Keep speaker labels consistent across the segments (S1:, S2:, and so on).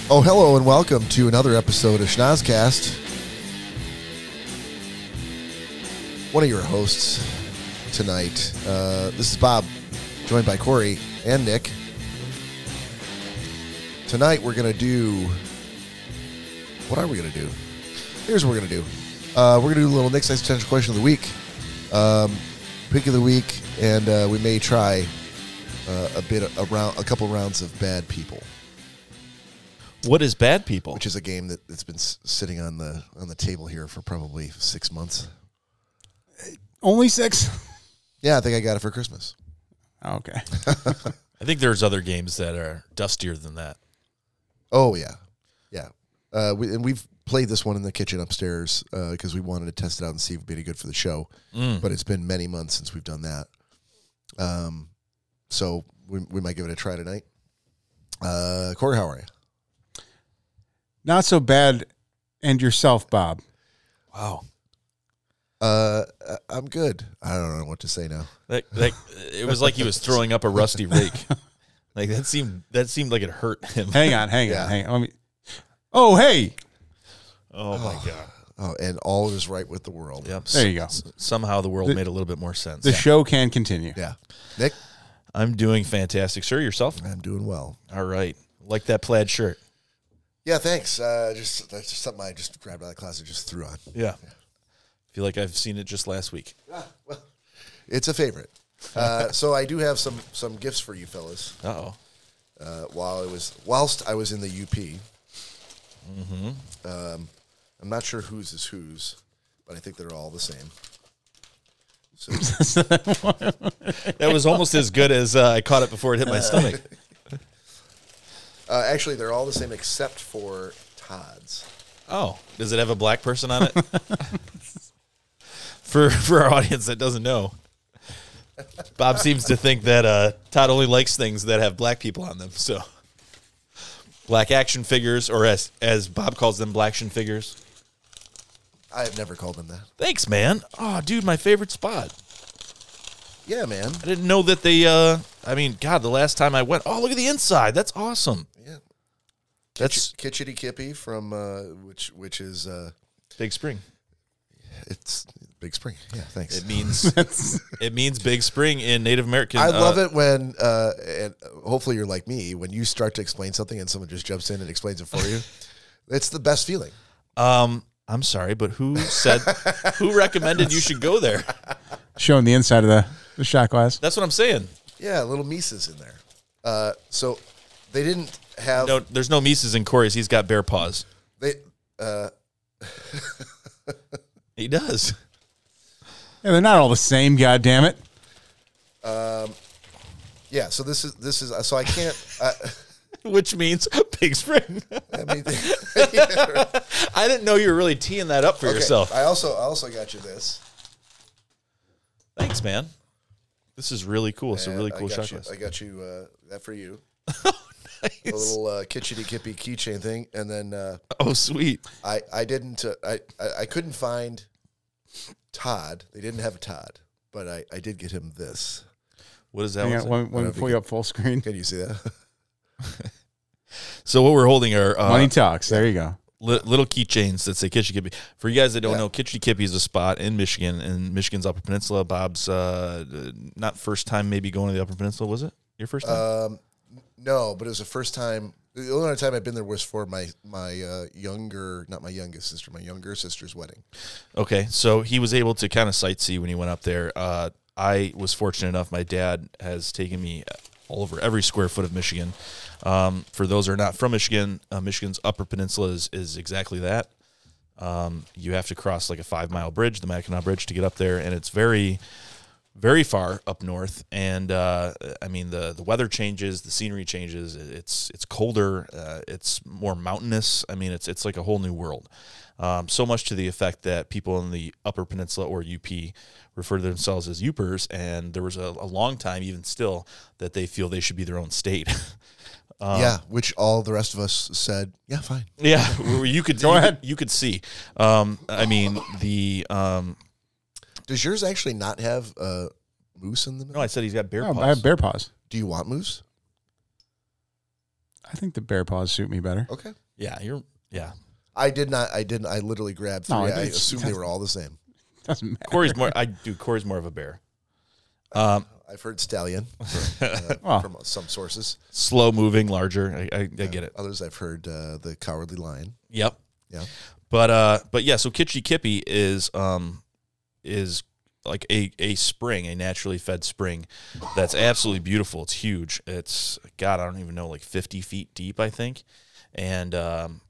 S1: Well, Oh, hello and welcome to another episode of Schnozcast. One of your hosts tonight. Uh, this is Bob, joined by Corey and Nick. Tonight we're gonna do. What are we gonna do? Here's what we're gonna do. Uh, we're gonna do a little Nick's existential question of the week, um, pick of the week, and uh, we may try uh, a bit around a couple rounds of bad people.
S2: What is bad people?
S1: which is a game that, that's been s- sitting on the on the table here for probably six months.
S3: Only six?
S1: Yeah, I think I got it for Christmas.
S3: Okay.
S2: I think there's other games that are dustier than that.
S1: Oh yeah, yeah. Uh, we, and we've played this one in the kitchen upstairs because we wanted to test it out and see if it'd be any good for the show. But it's been many months since we've done that. Um, so we, we might give it a try tonight. Uh, Corey, how are you?
S3: Not so bad. And yourself, Bob.
S2: Wow.
S1: Uh, uh, I'm good. I don't know what to say now.
S2: That, that, it was like he was throwing up a rusty rake. Like that seemed that seemed like it hurt him.
S3: Hang on, hang
S1: Yeah.
S3: on, hang on. Let me. Oh, hey.
S2: Oh my god.
S1: Oh, and all is right with the world.
S2: Yep.
S3: There you go.
S2: S- somehow the world made a little bit more sense.
S3: The show can continue.
S1: Yeah. Nick,
S2: I'm doing fantastic. Sir, yourself?
S1: I'm doing well.
S2: All right. Like that plaid shirt.
S1: Yeah, thanks. Uh, just that's just something I just grabbed out of the closet, and just threw on.
S2: Yeah. Feel like I've seen it just last week.
S1: Well, it's a favorite. Uh, so I do have some some gifts for you fellas.
S2: Uh oh.
S1: Uh, while I was whilst I was in the UP, um, I'm not sure whose is whose, but I think they're all the same. So
S2: That was almost as good as uh, I caught it before it hit my stomach.
S1: uh, actually, they're all the same except for Todd's.
S2: Oh, does it have a black person on it? for for our audience that doesn't know, Bob seems to think that uh, Todd only likes things that have black people on them. So, black action figures, or as as Bob calls them, black action figures.
S1: I have never called them that.
S2: Thanks, man. Oh, dude, my favorite spot.
S1: Yeah, man.
S2: I didn't know that they. Uh, I mean, God, the last time I went, oh, look at the inside. That's awesome.
S1: Yeah,
S2: That's
S1: Kitchity Kippy from uh, which which is uh,
S2: Big Spring.
S1: it's Big Spring. Yeah, thanks.
S2: It means it means Big Spring in Native American.
S1: I
S2: uh,
S1: love it when, uh, and hopefully you're like me, when you start to explain something and someone just jumps in and explains it for you. it's the best feeling.
S2: Um, I'm sorry, but who said who recommended you should go there?
S3: Showing the inside of the, the shot glass.
S2: That's what I'm saying.
S1: Yeah, little Mises in there. Uh, so they didn't have
S2: No, there's no Mises in Corey's. He's got bear paws.
S1: they. Uh,
S2: He does.
S3: Yeah, they're not all the same, God damn it.
S1: yeah, so this is this is so I can't. I,
S2: Which means Big Spring.
S1: I mean,
S2: I didn't know you were really teeing that up for
S1: okay,
S2: yourself.
S1: I also I also got you this.
S2: Thanks, man. This is really cool. It's a really
S1: And
S2: cool Oh,
S1: I got
S2: shot
S1: you,
S2: glass.
S1: I got you uh, that for you. A little uh, kitchity kippy keychain thing, and then. Uh,
S2: Oh, sweet.
S1: I I didn't uh, I, I I couldn't find Todd. They didn't have a Todd, but I I did get him this.
S2: What is that?
S3: Hang
S2: one
S3: on,
S2: say?
S3: let me- let me pull you up full screen.
S1: Can you see that?
S2: So what we're holding are uh,
S3: Money talks. There you go.
S2: li- little keychains that say Kitchy Kippy. For you guys that don't
S1: Yeah.
S2: know, Kitchy Kippy is a spot in Michigan, in Michigan's Upper Peninsula. Bob's uh, uh, not first time maybe going to the Upper Peninsula, was it? Your first time?
S1: Um, no, but it was the first time. The only other time I've been there was for my my uh, younger, not my youngest sister, my younger sister's wedding.
S2: Okay, so he was able to kind of sightsee when he went up there. Uh, I was fortunate enough; my dad has taken me all over every square foot of Michigan. Um, for those who are not from Michigan, uh, Michigan's Upper Peninsula is, is exactly that. Um, you have to cross like a five mile bridge, the Mackinac Bridge, to get up there, and it's very, very far up north. And uh, I mean, the the weather changes, the scenery changes. It's it's colder, uh, it's more mountainous. I mean, it's it's like a whole new world. Um, so much to the effect that people in the Upper Peninsula or UP refer to themselves as Upers, and there was a, a long time, even still, that they feel they should be their own state.
S3: Uh.
S2: Um,
S1: yeah, which all the rest of us said, yeah, fine.
S2: Yeah, where you could
S3: Go
S2: you
S3: ahead.
S2: Could, you could see. Um, I mean the um,
S1: Does yours actually not have uh, moose in the middle?
S2: no, I said he's got bear
S3: Oh,
S2: paws.
S3: I have bear paws.
S1: Do you want moose?
S3: I think the bear paws suit me better.
S1: Okay,
S2: Yeah, you're. Yeah,
S1: I did not. I didn't. I literally grabbed three.
S3: No, I
S1: I
S3: did.
S1: assumed they were all the same.
S3: Doesn't matter.
S2: Corey's more. I do. Corey's more of a bear. Um,
S1: I've heard stallion uh,
S3: Well,
S1: from some sources.
S2: Slow moving, larger. I, I, I get it.
S1: Uh, Others I've heard uh, the cowardly lion.
S2: Yep.
S1: Yeah.
S2: But uh, but yeah. So Kitschy Kippy is um, is like a a spring, a naturally fed spring, that's absolutely beautiful. It's huge. It's God, I don't even know, like fifty feet deep, I think, and um,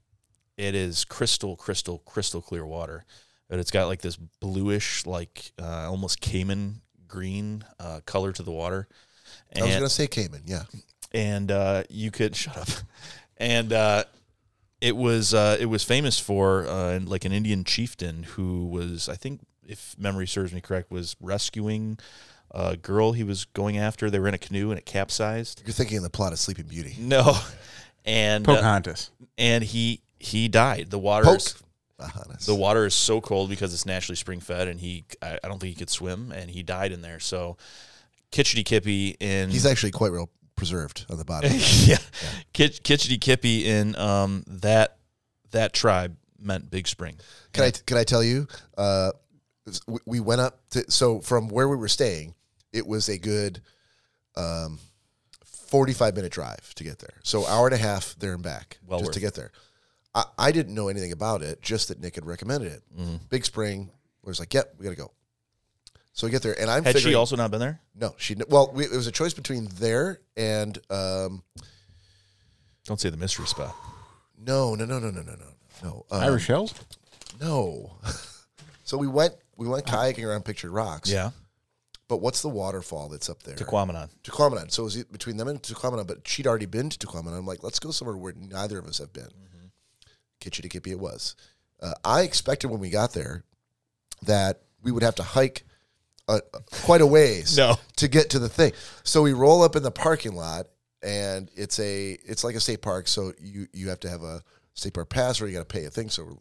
S2: it is crystal, crystal, crystal clear water. But it's got like this bluish, like uh, almost Cayman green uh, color to the water.
S1: I was gonna say Cayman. Yeah.
S2: and uh, you could shut up. And uh, it was uh, it was famous for uh, like an Indian chieftain who was, I think, if memory serves me correct, was rescuing a girl he was going after. They were in a canoe and it capsized.
S1: You're thinking of the plot of Sleeping Beauty.
S2: No, and uh,
S3: Pocahontas.
S2: and he he died. The water
S1: Poke.
S2: is-
S1: Bahanas.
S2: the water is so cold because it's naturally spring fed, and he I, I don't think he could swim, and he died in there. So Kitchity Kippy in
S1: He's actually quite well preserved on the bottom.
S2: yeah. Kitch Kitchity Kippy in um, that that tribe meant Big Spring.
S1: Can I can I tell you? Uh, we- we went up to so from where we were staying, it was a good um, forty five minute drive to get there. So hour and a half there and back
S2: Well
S1: just to
S2: worth
S1: get there. I, I didn't know anything about it, just that Nick had recommended it.
S2: Mm-hmm.
S1: Big Spring was like, "Yep, we gotta go." So we get there, and I'm
S2: Had
S1: figuring,
S2: she also not been there?
S1: no, she well, we, it was a choice between there and um,
S2: Don't say the mystery spot.
S1: no, no, no, no, no, no, no, no. Um,
S3: Irish Hills?
S1: No. so we went we went kayaking around Pictured Rocks.
S2: Ah. Yeah,
S1: But what's the waterfall that's up there?
S2: Tequamanon.
S1: Tequamanon. So it was e, between them and Tequamanon, but she'd already been to Tequamanon. I'm like, let's go somewhere where neither of us have been.
S2: Mm-hmm.
S1: Kitchity Kippy it was. Uh, I expected when we got there that we would have to hike uh, quite a ways
S2: No.
S1: to get to the thing. So we roll up in the parking lot, and it's a it's like a state park. So you you have to have a state park pass, or you got to pay a thing. So we're,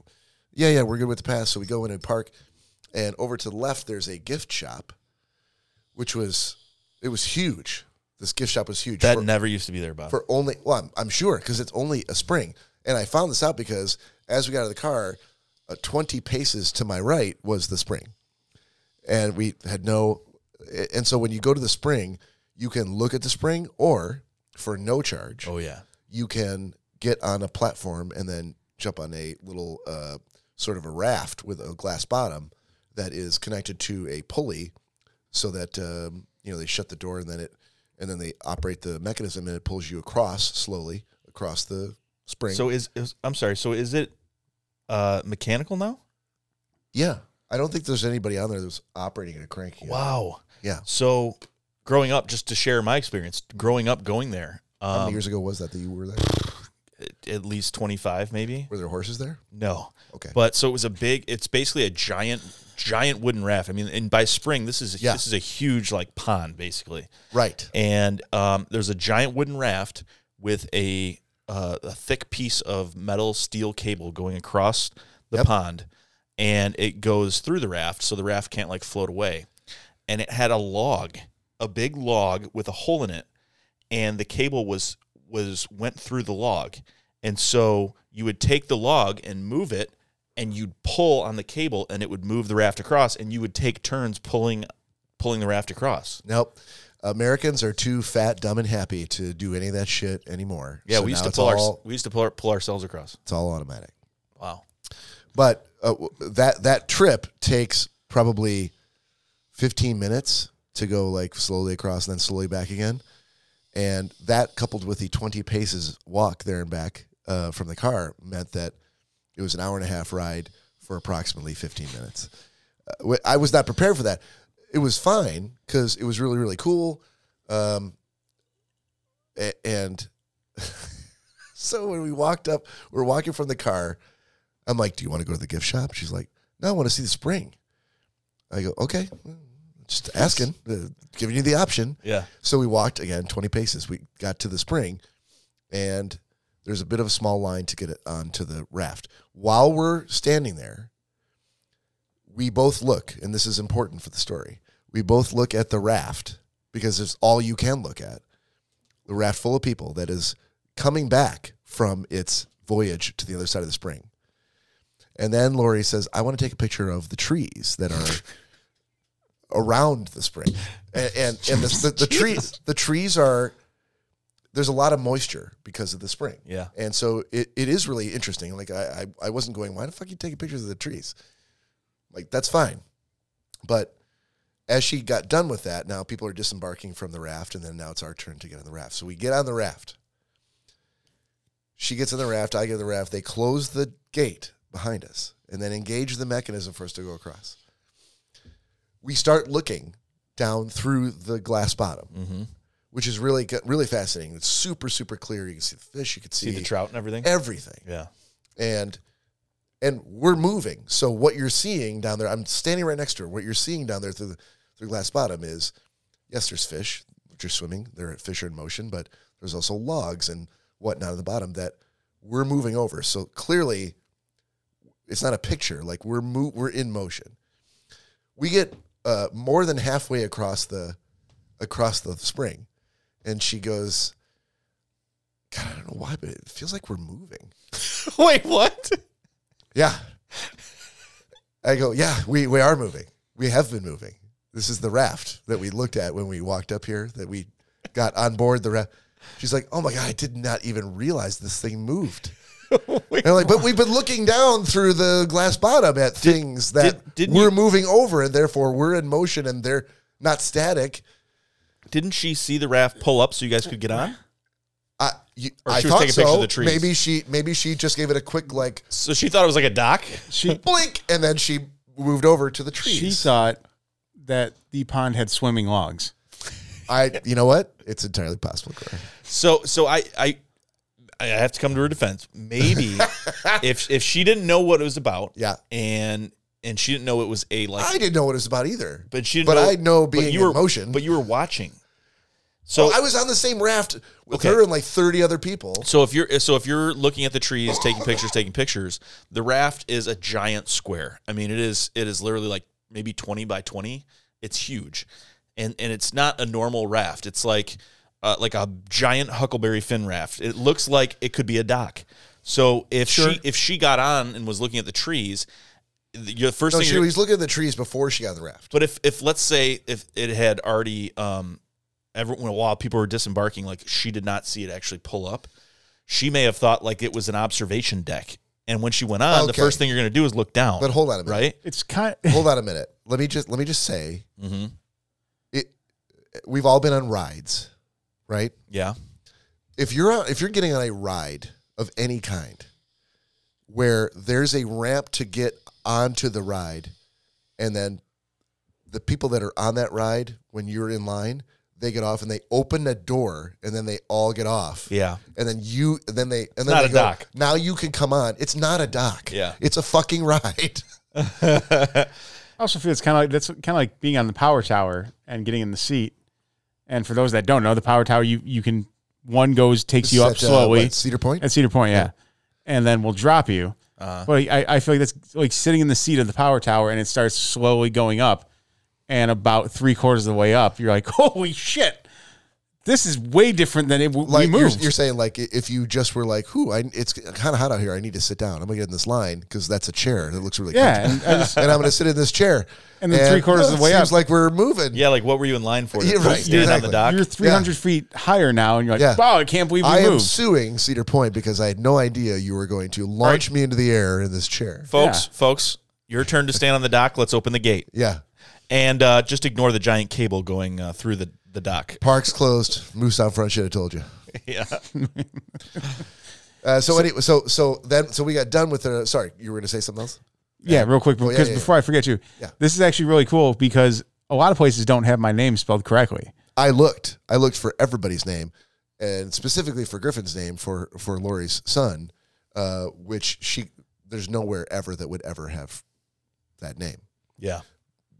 S1: yeah, yeah, we're good with the pass. So we go in and park, and over to the left there's a gift shop, which was it was huge. This gift shop was huge
S2: That
S1: for,
S2: never used to be there, Bob.
S1: for only well, I'm, I'm sure because it's only a spring. And I found this out because as we got out of the car, uh, 20 paces to my right was the spring and we had no and so when you go to the spring you can look at the spring or for no charge
S2: oh yeah,
S1: you can get on a platform and then jump on a little uh, sort of a raft with a glass bottom that is connected to a pulley so that um, you know they shut the door and then it and then they operate the mechanism and it pulls you across slowly across the spring
S2: So is, is I'm sorry. So is it uh, mechanical now?
S1: yeah i don't think there's anybody on there that was operating it or cranking it
S2: Wow.
S1: yeah
S2: So growing up, just to share my experience, growing up going there,
S1: how many
S2: um,
S1: years ago was that that you were there
S2: at- at least 25 maybe.
S1: were there horses there
S2: No.
S1: Okay.
S2: But so it was a big. It's basically a giant, giant wooden raft. I mean, and by spring, this is
S1: Yeah.
S2: this is a huge like pond basically,
S1: Right.
S2: and um, there's a giant wooden raft with a uh, a thick piece of metal steel cable going across the
S1: Yep.
S2: pond, and it goes through the raft, so the raft can't like float away, and it had a log, a big log with a hole in it, and the cable was was went through the log and so you would take the log and move it and you'd pull on the cable and it would move the raft across and you would take turns pulling pulling the raft across
S1: Nope. Americans are too fat, dumb, and happy to do any of that shit anymore.
S2: yeah
S1: So
S2: we used
S1: now
S2: to
S1: it's
S2: pull our
S1: all,
S2: we used to pull, our, pull ourselves across
S1: it's all automatic.
S2: wow
S1: But uh, w- that that trip takes probably fifteen minutes to go like slowly across and then slowly back again, and that coupled with the twenty paces walk there and back uh, from the car meant that it was an hour and a half ride for approximately fifteen minutes. Uh, wh- I was not prepared for that. It was fine because it was really really cool, um, a- and so when we walked up, we're walking from the car. I'm like, "Do you want to go to the gift shop?" She's like, "No, I want to see the spring." I go, "Okay, just asking, uh, giving you the option."
S2: yeah
S1: So we walked again 20 paces. We got to the spring, and there's a bit of a small line to get it onto the raft. While we're standing there, we both look, and this is important for the story. We both look at the raft because it's all you can look at. The raft full of people that is coming back from its voyage to the other side of the spring. And then Lori says, I want to take a picture of the trees that are around the spring. And and, and the, the, the trees the trees are there's a lot of moisture because of the spring.
S2: Yeah.
S1: And so it, it is really interesting. Like I, I, I wasn't going, why the fuck you taking pictures of the trees? Like that's fine. But as she got done with that, now people are disembarking from the raft, and then now it's our turn to get on the raft. So we get on the raft. She gets on the raft, I get on the raft, they close the gate behind us and then engage the mechanism for us to go across. We start looking down through the glass bottom, which is really good- really fascinating. It's super, super clear. You can see the fish, you can see,
S2: See the trout and everything.
S1: Eh. everything
S2: Yeah.
S1: and and we're moving. So what you're seeing down there, I'm standing right next to her. What you're seeing down there through the through glass bottom is, yes, there's fish which are swimming. They're fish are in motion, but there's also logs and whatnot at the bottom that we're moving over. So clearly, it's not a picture. Like we're mo- we're in motion. We get uh, more than halfway across the across the spring, and she goes, "God, I don't know why, but it feels like we're moving."
S2: Wait, what?
S1: Yeah. I go, yeah, we, we are moving. We have been moving. This is the raft that we looked at when we walked up here, that we got on board the raft. She's like, oh my God, I did not even realize this thing moved.
S2: Wait,
S1: And I'm like, but we've been looking down through the glass bottom at things that
S2: did- didn't
S1: we're
S2: you-
S1: moving over, and therefore we're in motion and they're not static.
S2: Didn't she see the raft pull up so you guys could get on?
S1: I, you,
S2: Or
S1: I
S2: she was
S1: thought
S2: taking a picture of
S1: so.
S2: the trees.
S1: Maybe she maybe she just gave it a quick like
S2: So she thought it was like a dock.
S3: She
S1: blink, and then she moved over to the trees.
S3: she thought that the pond had swimming logs.
S1: I, you know what? It's entirely possible. Corey.
S2: So so I I I have to come to her defense. Maybe if if she didn't know what it was about,
S1: Yeah.
S2: and and she didn't know it was a like,
S1: I didn't know what it was about either.
S2: but she didn't
S1: but
S2: know,
S1: I know
S2: but
S1: being
S2: you
S1: in
S2: were,
S1: motion.
S2: but you were watching. So
S1: Oh, I was on the same raft with
S2: Okay.
S1: her and like thirty other people.
S2: So if you're so if you're looking at the trees, taking pictures, taking pictures, the raft is a giant square. I mean, it is it is literally like maybe twenty by twenty. It's huge, and and it's not a normal raft. It's like uh, like a giant huckleberry fin raft. It looks like it could be a dock. So if she if she got on and was looking at the trees, the your first
S1: No,
S2: thing.
S1: she
S2: you're-
S1: was looking at the trees before she got on the raft.
S2: but if if let's say if it had already um everyone while people were disembarking, like she did not see it actually pull up, she may have thought like it was an observation deck. And when she went on, the
S1: Okay.
S2: first thing you're gonna do is look down.
S1: But hold on a minute.
S2: right?
S3: It's kind
S1: Hold on a minute. Let me just let me just say
S2: Mm-hmm.
S1: it. We've all been on rides, right?
S2: Yeah.
S1: If you're on, if you're getting on a ride of any kind, where there's a ramp to get onto the ride, and then the people that are on that ride when you're in line, they get off and they open a door and then they all get off.
S2: Yeah.
S1: and then you and then they and then
S2: not
S1: they
S2: a
S1: go,
S2: dock.
S1: now you can come on it's not a dock
S2: Yeah.
S1: it's a fucking ride
S3: I also feel it's kind of like that's kind of like being on the power tower and getting in the seat. And for those that don't know, the power tower you you can one goes takes you
S1: It's
S3: up
S1: at, uh,
S3: slowly
S1: what, cedar point
S3: at Cedar Point, yeah, and then we'll drop you.
S1: Uh-huh.
S2: Uh,
S3: But I, I feel like that's like sitting in the seat of the power tower and it starts slowly going up, and about three quarters of the way up, you're like, holy shit, this is way different than it w-
S1: like
S3: we
S1: you're,
S3: moved.
S1: you're saying like i- if you just were like who I, it's kind of hot out here i need to sit down i'm gonna get in this line because that's a chair that looks really
S3: yeah,
S1: comfortable.
S3: and I just-
S1: and i'm gonna sit in this chair
S3: And then three-quarters
S1: well,
S3: of the way
S1: it
S3: up.
S1: seems like we're moving
S2: yeah, like what were you in line for?
S1: Yeah,
S2: To
S1: right,
S2: Stand
S1: exactly.
S2: on the
S3: you're
S2: dock.
S3: 300 feet higher now, and you're like,
S1: Yeah.
S3: wow, I can't believe we
S1: I am
S3: moved.
S1: suing Cedar Point because I had no idea you were going to launch me into the air in this chair.
S2: Folks,
S3: Yeah.
S2: folks, your turn to stand on the dock. Let's open the gate.
S1: Yeah.
S2: And uh, just ignore the giant cable going uh, through the, the dock.
S1: Park's closed. Moose out front. Should have told you.
S2: Yeah.
S1: Uh, so, anyway, so so then so we got done with the. Sorry, you were going to say something else.
S3: Yeah, real quick, because
S1: yeah, yeah,
S3: before I forget you,
S1: Yeah.
S3: this is actually really cool because a lot of places don't have my name spelled correctly.
S1: I looked. I looked for everybody's name, and specifically for Griffin's name for for Lori's son, uh, which she there's nowhere ever that would ever have that name.
S2: Yeah.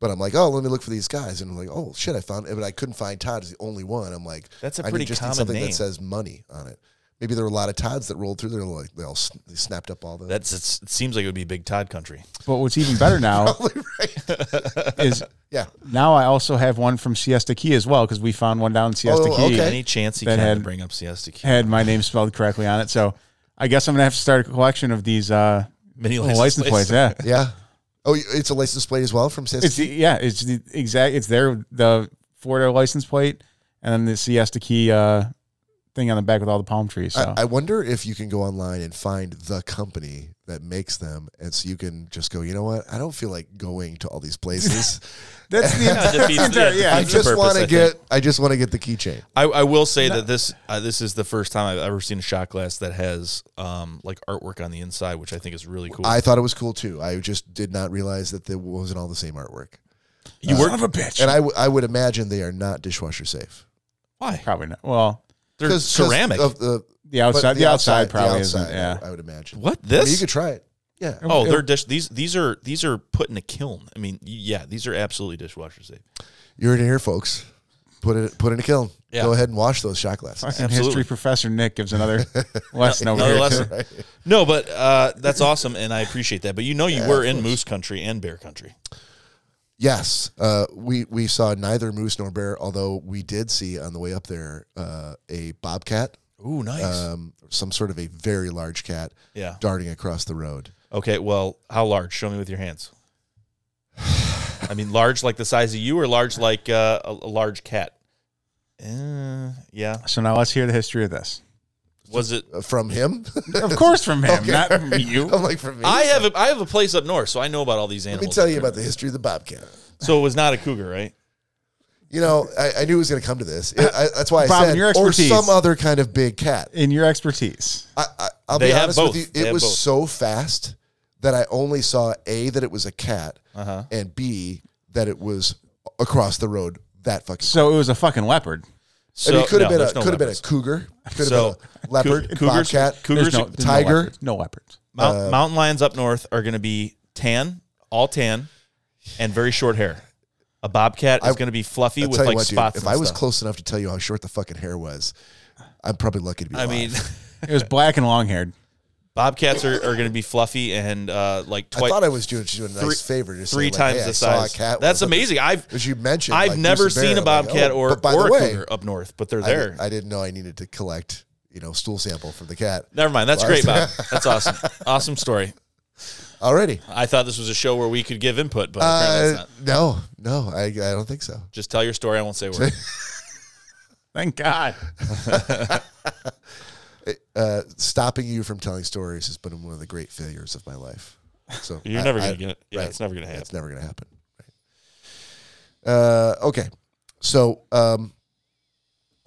S1: But I'm like, oh, let me look for these guys, and I'm like, oh shit, I found it, but I couldn't find Todd. Is the only one. I'm like,
S2: That's a
S1: I
S2: pretty common
S1: something
S2: name.
S1: that says money on it. Maybe there were a lot of Todds that rolled through. They're like, they all s- they snapped up all the.
S2: That's it's, it seems like it would be big Todd country.
S3: But what's even better now is
S1: yeah,
S3: now I also have one from Siesta Key as well because we found one down in Siesta
S1: Oh,
S3: Key
S1: okay.
S2: Any chance he
S3: That
S2: can to
S3: had-
S2: bring up Siesta Key?
S3: had my name spelled correctly on it. So I guess I'm gonna have to start a collection of these uh,
S2: Mini
S3: license, plates. Yeah,
S1: Yeah. Oh, it's a license plate as well from
S3: it's
S1: San
S3: the, yeah, it's the exact. It's their the Florida license plate and then the Siesta Key uh, thing on the back with all the palm trees. So.
S1: I, I wonder if you can go online and find the company that makes them, and so you can just go. You know what? I don't feel like going to all these places.
S3: that's the
S2: Yeah,
S3: that's
S2: defeats-
S3: the
S1: I
S2: yeah,
S3: entire-
S2: defeats-
S3: yeah.
S2: That's the
S1: just
S2: purpose,
S1: want
S2: I
S1: to
S2: think.
S1: get. I just want to get the keychain.
S2: I, I will say that this uh, this is the first time I've ever seen a shot glass that has um, like artwork on the inside, which I think is really cool.
S1: I thought it was cool too. I just did not realize that there wasn't all the same artwork.
S2: you
S3: Son
S2: work
S3: of a bitch.
S1: And I, w- I would imagine they are not dishwasher safe.
S2: why?
S3: Probably not. Well,
S2: They're ceramic. Oh,
S1: of the,
S3: the
S1: but
S3: outside, the, outside, probably
S1: outside,
S3: isn't. Yeah.
S1: I, I would imagine.
S2: what
S1: I mean, you
S2: this?
S1: could try it. Yeah.
S2: oh, they're dish. These these are these are put in a kiln. I mean, y- yeah, these are absolutely dishwasher safe.
S1: You're in here, folks. Put it put it in a kiln.
S2: Yeah.
S1: Go ahead and wash those shot glasses.
S3: Fucking
S2: Absolutely.
S3: history professor Nick gives another lesson over
S2: Another
S3: here.
S2: lesson. No, but uh, that's awesome, and I appreciate that. But you know, you
S1: Yeah,
S2: were
S1: of
S2: in
S1: course.
S2: moose country and bear country.
S1: Yes, uh, we we saw neither moose nor bear, although we did see on the way up there uh, a bobcat,
S2: Ooh, nice.
S1: um, some sort of a very large cat,
S2: Yeah.
S1: darting across the road.
S2: Okay, well, how large? Show me with your hands. I mean, large like the size of you, or large like uh, a, a large cat. Uh, yeah.
S3: So now let's hear the history of this.
S2: Was it?
S1: Uh, from him,
S3: Of course, from him, not from you.
S1: I'm like from me.
S2: I have a, I have a place up north, so I know about all these
S1: Let me
S2: animals.
S1: tell you about the history of the bobcat.
S2: So it was not a cougar, right?
S1: You know, I, I knew it was going to come to this. It- I, that's why I
S3: Bob,
S1: said,
S3: your
S1: or
S3: expertise.
S1: some other kind of big cat.
S3: In your expertise,
S1: I, I, I'll
S2: They
S1: be
S2: have
S1: honest
S2: both.
S1: with you. It
S2: They have
S1: was
S2: both.
S1: so fast that I only saw a that it was a cat,
S2: Uh-huh.
S1: and b that it was across the road. That fucking.
S3: so it was a fucking leopard.
S1: I
S2: So,
S1: mean, it could have
S2: no,
S1: been a
S2: there's no
S1: could have been a
S2: leopards.
S1: cougar, could have
S2: So,
S1: been a leopard,
S2: cou- cougars-
S1: bobcat,
S2: cougars-
S3: There's no
S2: Mount-
S3: there's
S1: tiger?
S3: No leopards. No leopards.
S1: uh,
S2: mountain lions up north are going to be tan, all tan, and very short hair. A bobcat is
S1: I-
S2: going to be fluffy
S1: I'll
S2: with
S1: tell you
S2: like
S1: what, dude,
S2: spots.
S1: if
S2: and
S1: I was
S2: stuff.
S1: close enough to tell you how short the fucking hair was, I'm probably lucky to be.
S2: I
S1: alive.
S2: mean,
S3: It was black and long haired.
S2: bobcats are, are going to be fluffy and uh, like
S1: I
S2: twice.
S1: thought I was doing, doing a nice favor. To say,
S2: three
S1: like,
S2: times
S1: hey, I
S2: the
S1: saw
S2: size.
S1: A cat
S2: That's
S1: with a-
S2: amazing. I've
S1: As you mentioned,
S2: I've
S1: like,
S2: never
S1: Moose and Bear,
S2: seen a
S1: I'm like,
S2: bobcat
S1: oh,
S2: or,
S1: but by
S2: or
S1: the
S2: a
S1: way,
S2: cougar up north, but they're
S1: I,
S2: there.
S1: didn't- I didn't know I needed to collect you know stool sample from the cat.
S2: Never mind. That's
S1: Well,
S2: great, Bob. That's awesome. awesome story.
S1: Already,
S2: I thought this was a show where we could give input, but apparently it's
S1: uh,
S2: not.
S1: no, no, I, I don't think so.
S2: Just tell your story. I won't say a word.
S3: Thank God.
S1: Uh, stopping you from telling stories has been one of the great failures of my life. So
S2: You're
S1: I-
S2: never
S1: I-
S2: gonna get. Yeah,
S1: right.
S2: it's never gonna happen.
S1: That's never going to happen. Right. Uh, okay. So, um,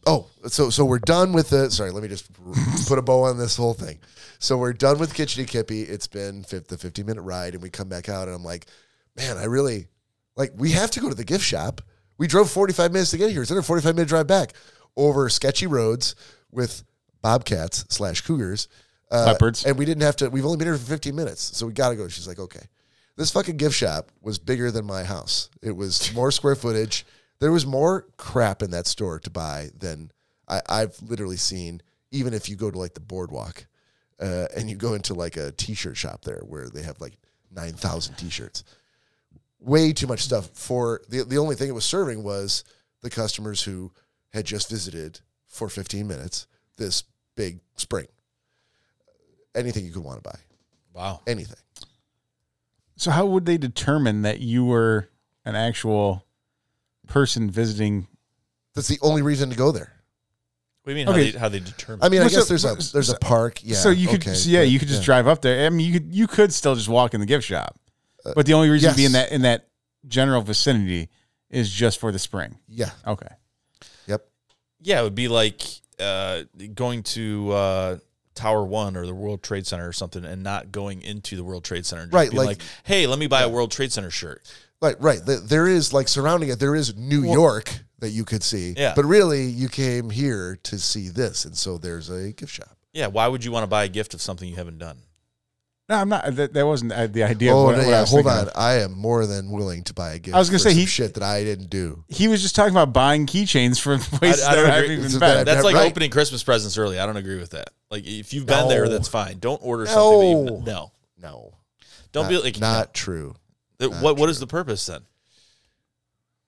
S1: oh, so so we're done with the. Sorry, let me just r- put a bow on this whole thing. So we're done with Kitcheny Kippy. It's been fif- the 15 minute ride, and we come back out, and I'm like, man, I really like. We have to go to the gift shop. We drove 45 minutes to get here. It's under 45 minute drive back over sketchy roads with bobcats slash cougars. Uh,
S3: Leopards.
S1: and we didn't have to. We've only been here for 15 minutes, so we got to go. She's like, okay. This fucking gift shop was bigger than my house. It was more square footage. There was more crap in that store to buy than I, I've literally seen. Even if you go to like the boardwalk, uh, and you go into like a t-shirt shop there where they have like 9,000 t-shirts. Way too much stuff for the the only thing it was serving was the customers who had just visited for 15 minutes this big spring. Anything you could want to buy,
S2: Wow.
S1: anything.
S3: So how would they determine that you were an actual person visiting?
S1: That's the only reason to go there.
S2: What do you mean?
S3: Okay.
S2: How, they, how they determine?
S1: I mean, I
S3: Well, so-
S1: guess there's a there's a park. Yeah.
S3: so you could,
S1: okay,
S3: so yeah,
S1: but-
S3: you could just drive up there. I mean, you could, you could still just walk in the gift shop, but the only reason to be in
S1: Uh, yes.
S3: that in that general vicinity is just for the spring.
S1: Yeah.
S3: Okay.
S1: Yep.
S2: yeah, it would be like uh, going to uh, Tower One or the World Trade Center or something, and not going into the World Trade Center. and just
S1: Right,
S2: being
S1: like-
S2: Like, hey, let me buy a World Trade Center shirt.
S1: Right, right. Th there is like surrounding it. There is New York that you could see.
S2: Yeah.
S1: But really, you came here to see this, and so there's a gift shop.
S2: Yeah. Why would you want to buy a gift of something you haven't done?
S3: No, I'm not. That, that wasn't uh, the idea.
S1: oh,
S3: of what,
S1: no,
S3: what I
S1: yeah.
S3: was
S1: Hold
S3: thinking
S1: on.
S3: of.
S1: I am more than willing to buy a gift.
S3: I was gonna
S1: for
S3: say,
S1: some
S3: he-
S1: shit that I didn't do.
S3: He was just talking about buying keychains from places
S2: I don't
S3: that I
S2: agree.
S3: haven't
S1: This
S3: even
S1: is
S3: been.
S1: bad.
S2: That's like
S1: right.
S2: opening Christmas presents early. I don't agree with that. Like if you've been there,
S1: No.
S2: that's fine. Don't order something. That
S1: No.
S2: you, no.
S1: No,
S2: Don't
S1: not,
S2: be like
S1: not true.
S2: no. Th- what what is the purpose then?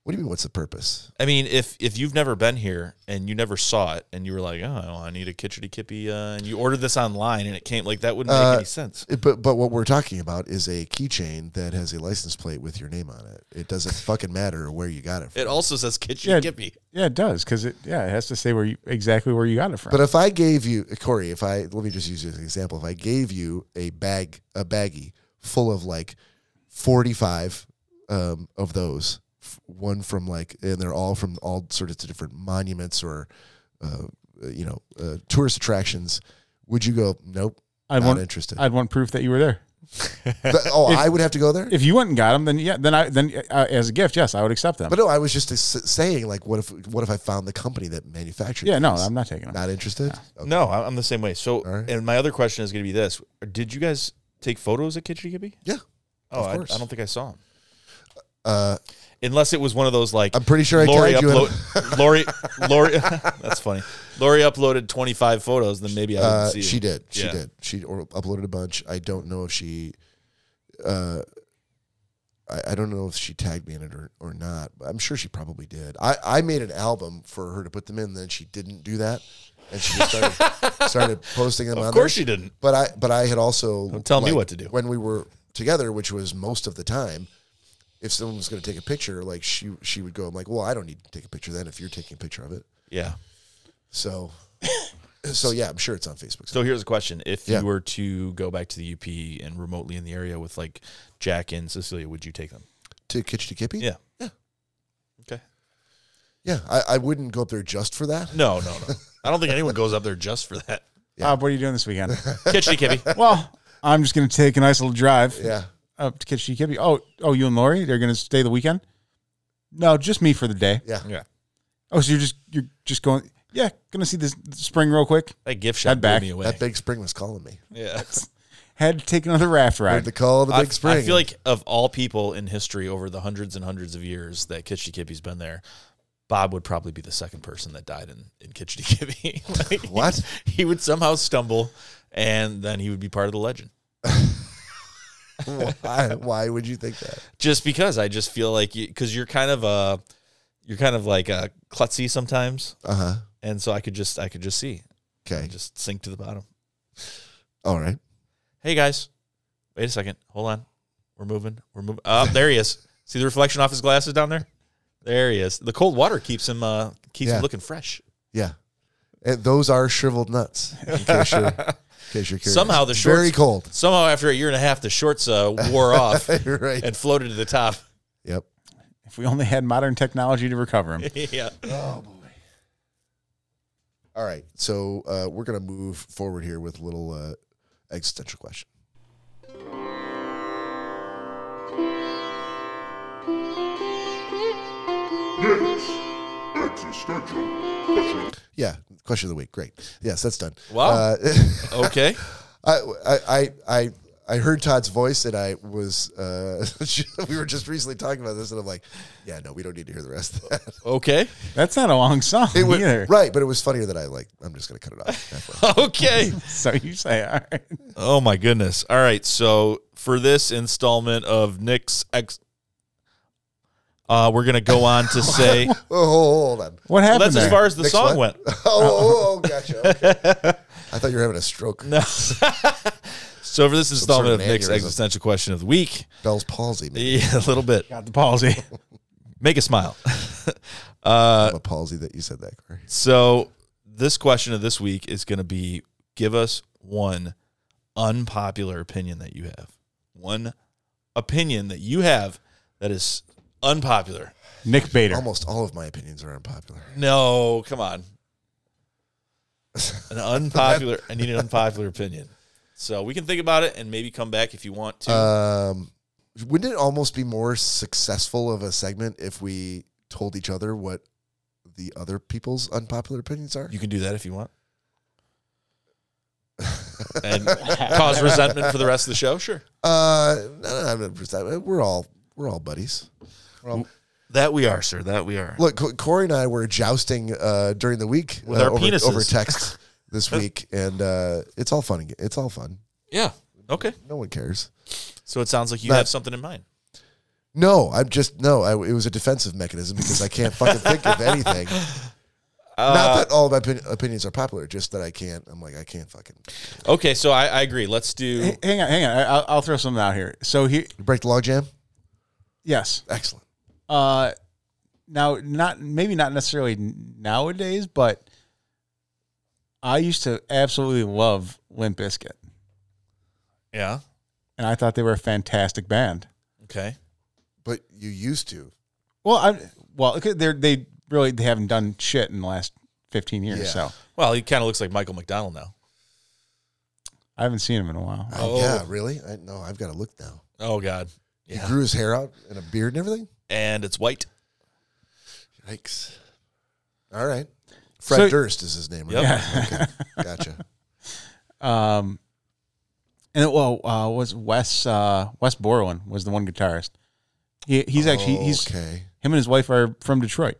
S1: What do you mean? What's the purpose?
S2: I mean, if if you've never been here and you never saw it, and you were like, "Oh, I need a kitchity kippy," uh, and you ordered this online and it came like that, wouldn't make
S1: Uh,
S2: any sense.
S1: It- but but what we're talking about is a keychain that has a license plate with your name on it. It doesn't fucking matter where you got it from.
S2: It also says kitchity
S3: Yeah.
S2: kippy.
S3: Yeah, it does because it yeah it has to say where you exactly where you got it from.
S1: But if I gave you Corey, if I let me just use you as an example, if I gave you a bag, a baggie full of like forty-five um, of those, f- one from like, and they're all from all sorts of different monuments or, uh, you know, uh, tourist attractions, would you go? Nope,
S3: I'd
S1: not
S3: want
S1: interested.
S3: I'd want proof that you were there.
S1: But- oh, I would have to go there.
S3: If you went and got them, then yeah, then I then uh, as a gift, yes, I would accept them.
S1: but no, I was just s- saying like, what if what if I found the company that manufactured?
S3: yeah, no,
S1: these?
S3: I'm not taking them.
S1: not interested. Okay.
S2: No, I- I'm the same way. So,
S1: right.
S2: and my other question is going to be this: Did you guys take photos at kitchity kippy?
S1: Yeah,
S2: Oh,
S1: Of
S2: I, I
S1: course.
S2: don't think I saw them.
S1: uh,
S2: Unless it was one of those like
S1: I'm pretty sure I
S2: Lori
S1: tagged you. in a-
S2: upload Lori Lori. that's funny. Lori uploaded 25 photos, then maybe I didn't
S1: Uh,
S2: see.
S1: she
S2: it.
S1: did. She
S2: Yeah.
S1: did. She or uploaded a bunch. I don't know if she. Uh, I, I don't know if she tagged me in it or, or not. But I'm sure she probably did. I, I made an album for her to put them in. Then she didn't do that, and she just started, started posting them.
S2: Of
S1: on
S2: course
S1: there.
S2: she didn't.
S1: But I but I had also
S2: Don't tell me what to do.
S1: when we were together, which was most of the time. If someone was going to take a picture, like she she would go, I'm like, well, I don't need to take a picture then if you're taking a picture of it.
S2: Yeah.
S1: So, so yeah, I'm sure it's on Facebook.
S2: So here's a question: If
S1: Yeah.
S2: you were to go back to the UP and remotely in the area with like Jack and Cecilia, would you take them?
S1: to Kitch to Kippy.
S2: Yeah.
S1: Yeah.
S2: Okay.
S1: Yeah, I, I wouldn't go up there just for that.
S2: No, no, no. I don't think anyone goes up there just for that.
S3: Bob, what are you doing this weekend?
S2: Kitchity kippy.
S3: well, I'm just gonna take a nice little drive
S1: Yeah.
S3: up to Kitschy Kippy. Oh, oh, you and Lori, they're gonna stay the weekend. No, just me for the day.
S1: Yeah.
S2: Yeah.
S3: Oh, so you're just you're just going? Yeah, gonna see this spring real quick.
S2: That gift
S3: Head
S2: shop blew
S3: back.
S2: me away.
S1: That big spring was calling me.
S2: Yeah.
S3: Had to take another raft
S1: Heard
S3: ride.
S1: the call of the
S2: I-
S1: big spring.
S2: I feel like of all people in history over the hundreds and hundreds of years that Kitchikippy's been there, Bob would probably be the second person that died in, in Kitchikippy. Like,
S1: What?
S2: He would somehow stumble and then he would be part of the legend.
S1: why, why would you think that?
S2: Just because I just feel like you, because you're kind of a, you're kind of like a klutzy sometimes.
S1: Uh huh.
S2: And so I could just, I could just see,
S1: Okay.
S2: and just sink to the bottom.
S1: All right.
S2: Hey guys, wait a second. Hold on. We're moving. We're moving. Oh, there he is. See the reflection off his glasses down there? There he is. The cold water keeps him uh keeps
S1: Yeah.
S2: him looking fresh.
S1: Yeah. And those are shriveled nuts. In case you're, in case you're curious.
S2: Somehow the shorts
S1: very cold.
S2: Somehow after a year and a half the shorts uh, wore off
S1: right.
S2: and floated to the top.
S1: Yep.
S3: if we only had modern technology to recover him.
S2: yeah.
S1: All right. So uh, we're gonna move forward here with a little uh, existential question. Yeah, question of the week. Great. Yes, that's done.
S2: Wow.
S1: Uh,
S2: Okay.
S1: I, I, I, I, I heard Todd's voice, and I was. Uh, we were just recently talking about this, and I'm like, yeah, no, we don't need to hear the rest of that.
S2: Okay.
S3: That's not a long song
S1: It was,
S3: either.
S1: right, but it was funnier that I like. I'm just gonna cut it off. halfway.
S2: Okay.
S3: So you say, all right.
S2: Oh my goodness. All right. So for this installment of Nick's ex uh, we're gonna go on to say
S1: oh, hold on.
S3: What
S2: Well,
S3: happened
S2: that's
S3: there?
S2: as far as the
S1: Nick's
S2: song
S1: what?
S2: went.
S1: Oh, oh, oh, gotcha. Okay. I thought you were having a stroke.
S2: No. so for this
S1: sort
S2: installment of
S1: of
S2: Nick's
S1: aneurysm.
S2: existential question of the week,
S1: Bell's palsy. Maybe.
S2: yeah, a little bit.
S3: Got the palsy.
S2: Make a smile. uh,
S1: I'm a palsy that you said that. Corey.
S2: so this question of this week is going to be: Give us one unpopular opinion that you have. One opinion that you have that is unpopular.
S3: Nick Bader.
S1: Almost all of my opinions are unpopular.
S2: No, come on. An unpopular. I need an unpopular opinion. So we can think about it and maybe come back if you want to.
S1: Um, wouldn't it almost be more successful of a segment if we told each other what the other people's unpopular opinions are?
S2: You can do that if you want. and cause resentment for the rest of the show. Sure.
S1: Uh, no, no, I'm not percent- We're all we're all buddies. We're all-
S2: That we are, sir. That we are.
S1: look, Co- Corey and I were jousting uh, during the week
S2: With
S1: uh,
S2: our
S1: over,
S2: penises.
S1: over text this week, and uh, it's all fun. and g- It's all fun.
S2: Yeah. Okay.
S1: No one cares.
S2: So it sounds like you
S1: But-
S2: have something in mind.
S1: No, I'm just no. I, it was a defensive mechanism because I can't fucking think of anything.
S3: Uh,
S1: Not that all my opin- opinions are popular, just that I can't. I'm like I can't fucking
S4: Okay, so I, I agree. Let's do.
S3: H- Hang on, hang on. I, I'll, I'll throw something out here. So here,
S1: you break the logjam.
S3: yes.
S1: Excellent.
S3: Uh, now, not maybe not necessarily nowadays, but I used to absolutely love Limp Bizkit,
S2: Yeah.
S3: and I thought they were a fantastic band.
S2: Okay.
S1: But you used to.
S3: Well, I well, they they really they haven't done shit in the last fifteen years,
S1: Yeah.
S3: so
S2: Well, he kind of looks like Michael McDonald now.
S3: I haven't seen them in a while.
S1: Oh. yeah, really? I no, I've got to look now.
S2: Oh God.
S1: He
S2: Yeah.
S1: grew his hair out and a beard and everything.
S2: And it's white.
S1: Yikes. All right. Fred
S3: So-
S1: Durst is his name, right?
S3: Yeah.
S1: Okay. Gotcha.
S3: Um, and well, uh, was Wes uh, Wes Borland was the one guitarist. He, he's actually he's him
S1: Oh, okay.
S3: and his wife are from Detroit.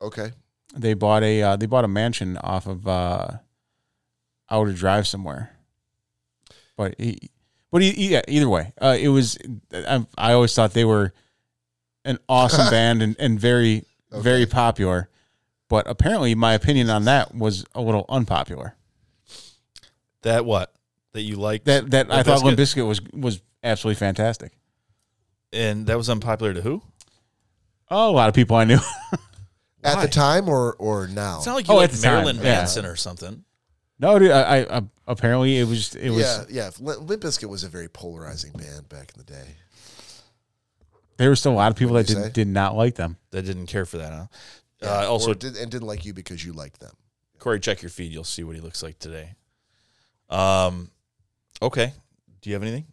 S1: Okay.
S3: They bought a uh, they bought a mansion off of uh, Outer Drive somewhere. But he, but he, he- yeah, either way, uh, it was. I, I always thought they were an awesome band and and very very
S1: Okay.
S3: popular. But apparently, my opinion on that was a little unpopular.
S2: That what? That you liked?
S3: That that I
S2: Limp
S3: thought Limp
S2: Bizkit?
S3: Bizkit was was absolutely fantastic.
S2: and that was unpopular to who?
S3: Oh, a lot of people I knew.
S1: At the time or or now?
S2: It's not like you
S3: Oh, at
S2: like
S3: the time,
S2: Marilyn
S3: yeah.
S2: Manson or something.
S3: no, dude, I, I, I apparently it was it was
S1: yeah, yeah. Lim- Limp Bizkit was a very polarizing band back in the day.
S3: there were still a lot of people that
S1: What'd you
S3: did,
S1: say?
S3: did not like them.
S2: That didn't care for that, huh? uh, also,
S1: Or did, and didn't like you because you liked them.
S2: Corey, check your feed. You'll see what he looks like today. Um, okay. Do you have anything?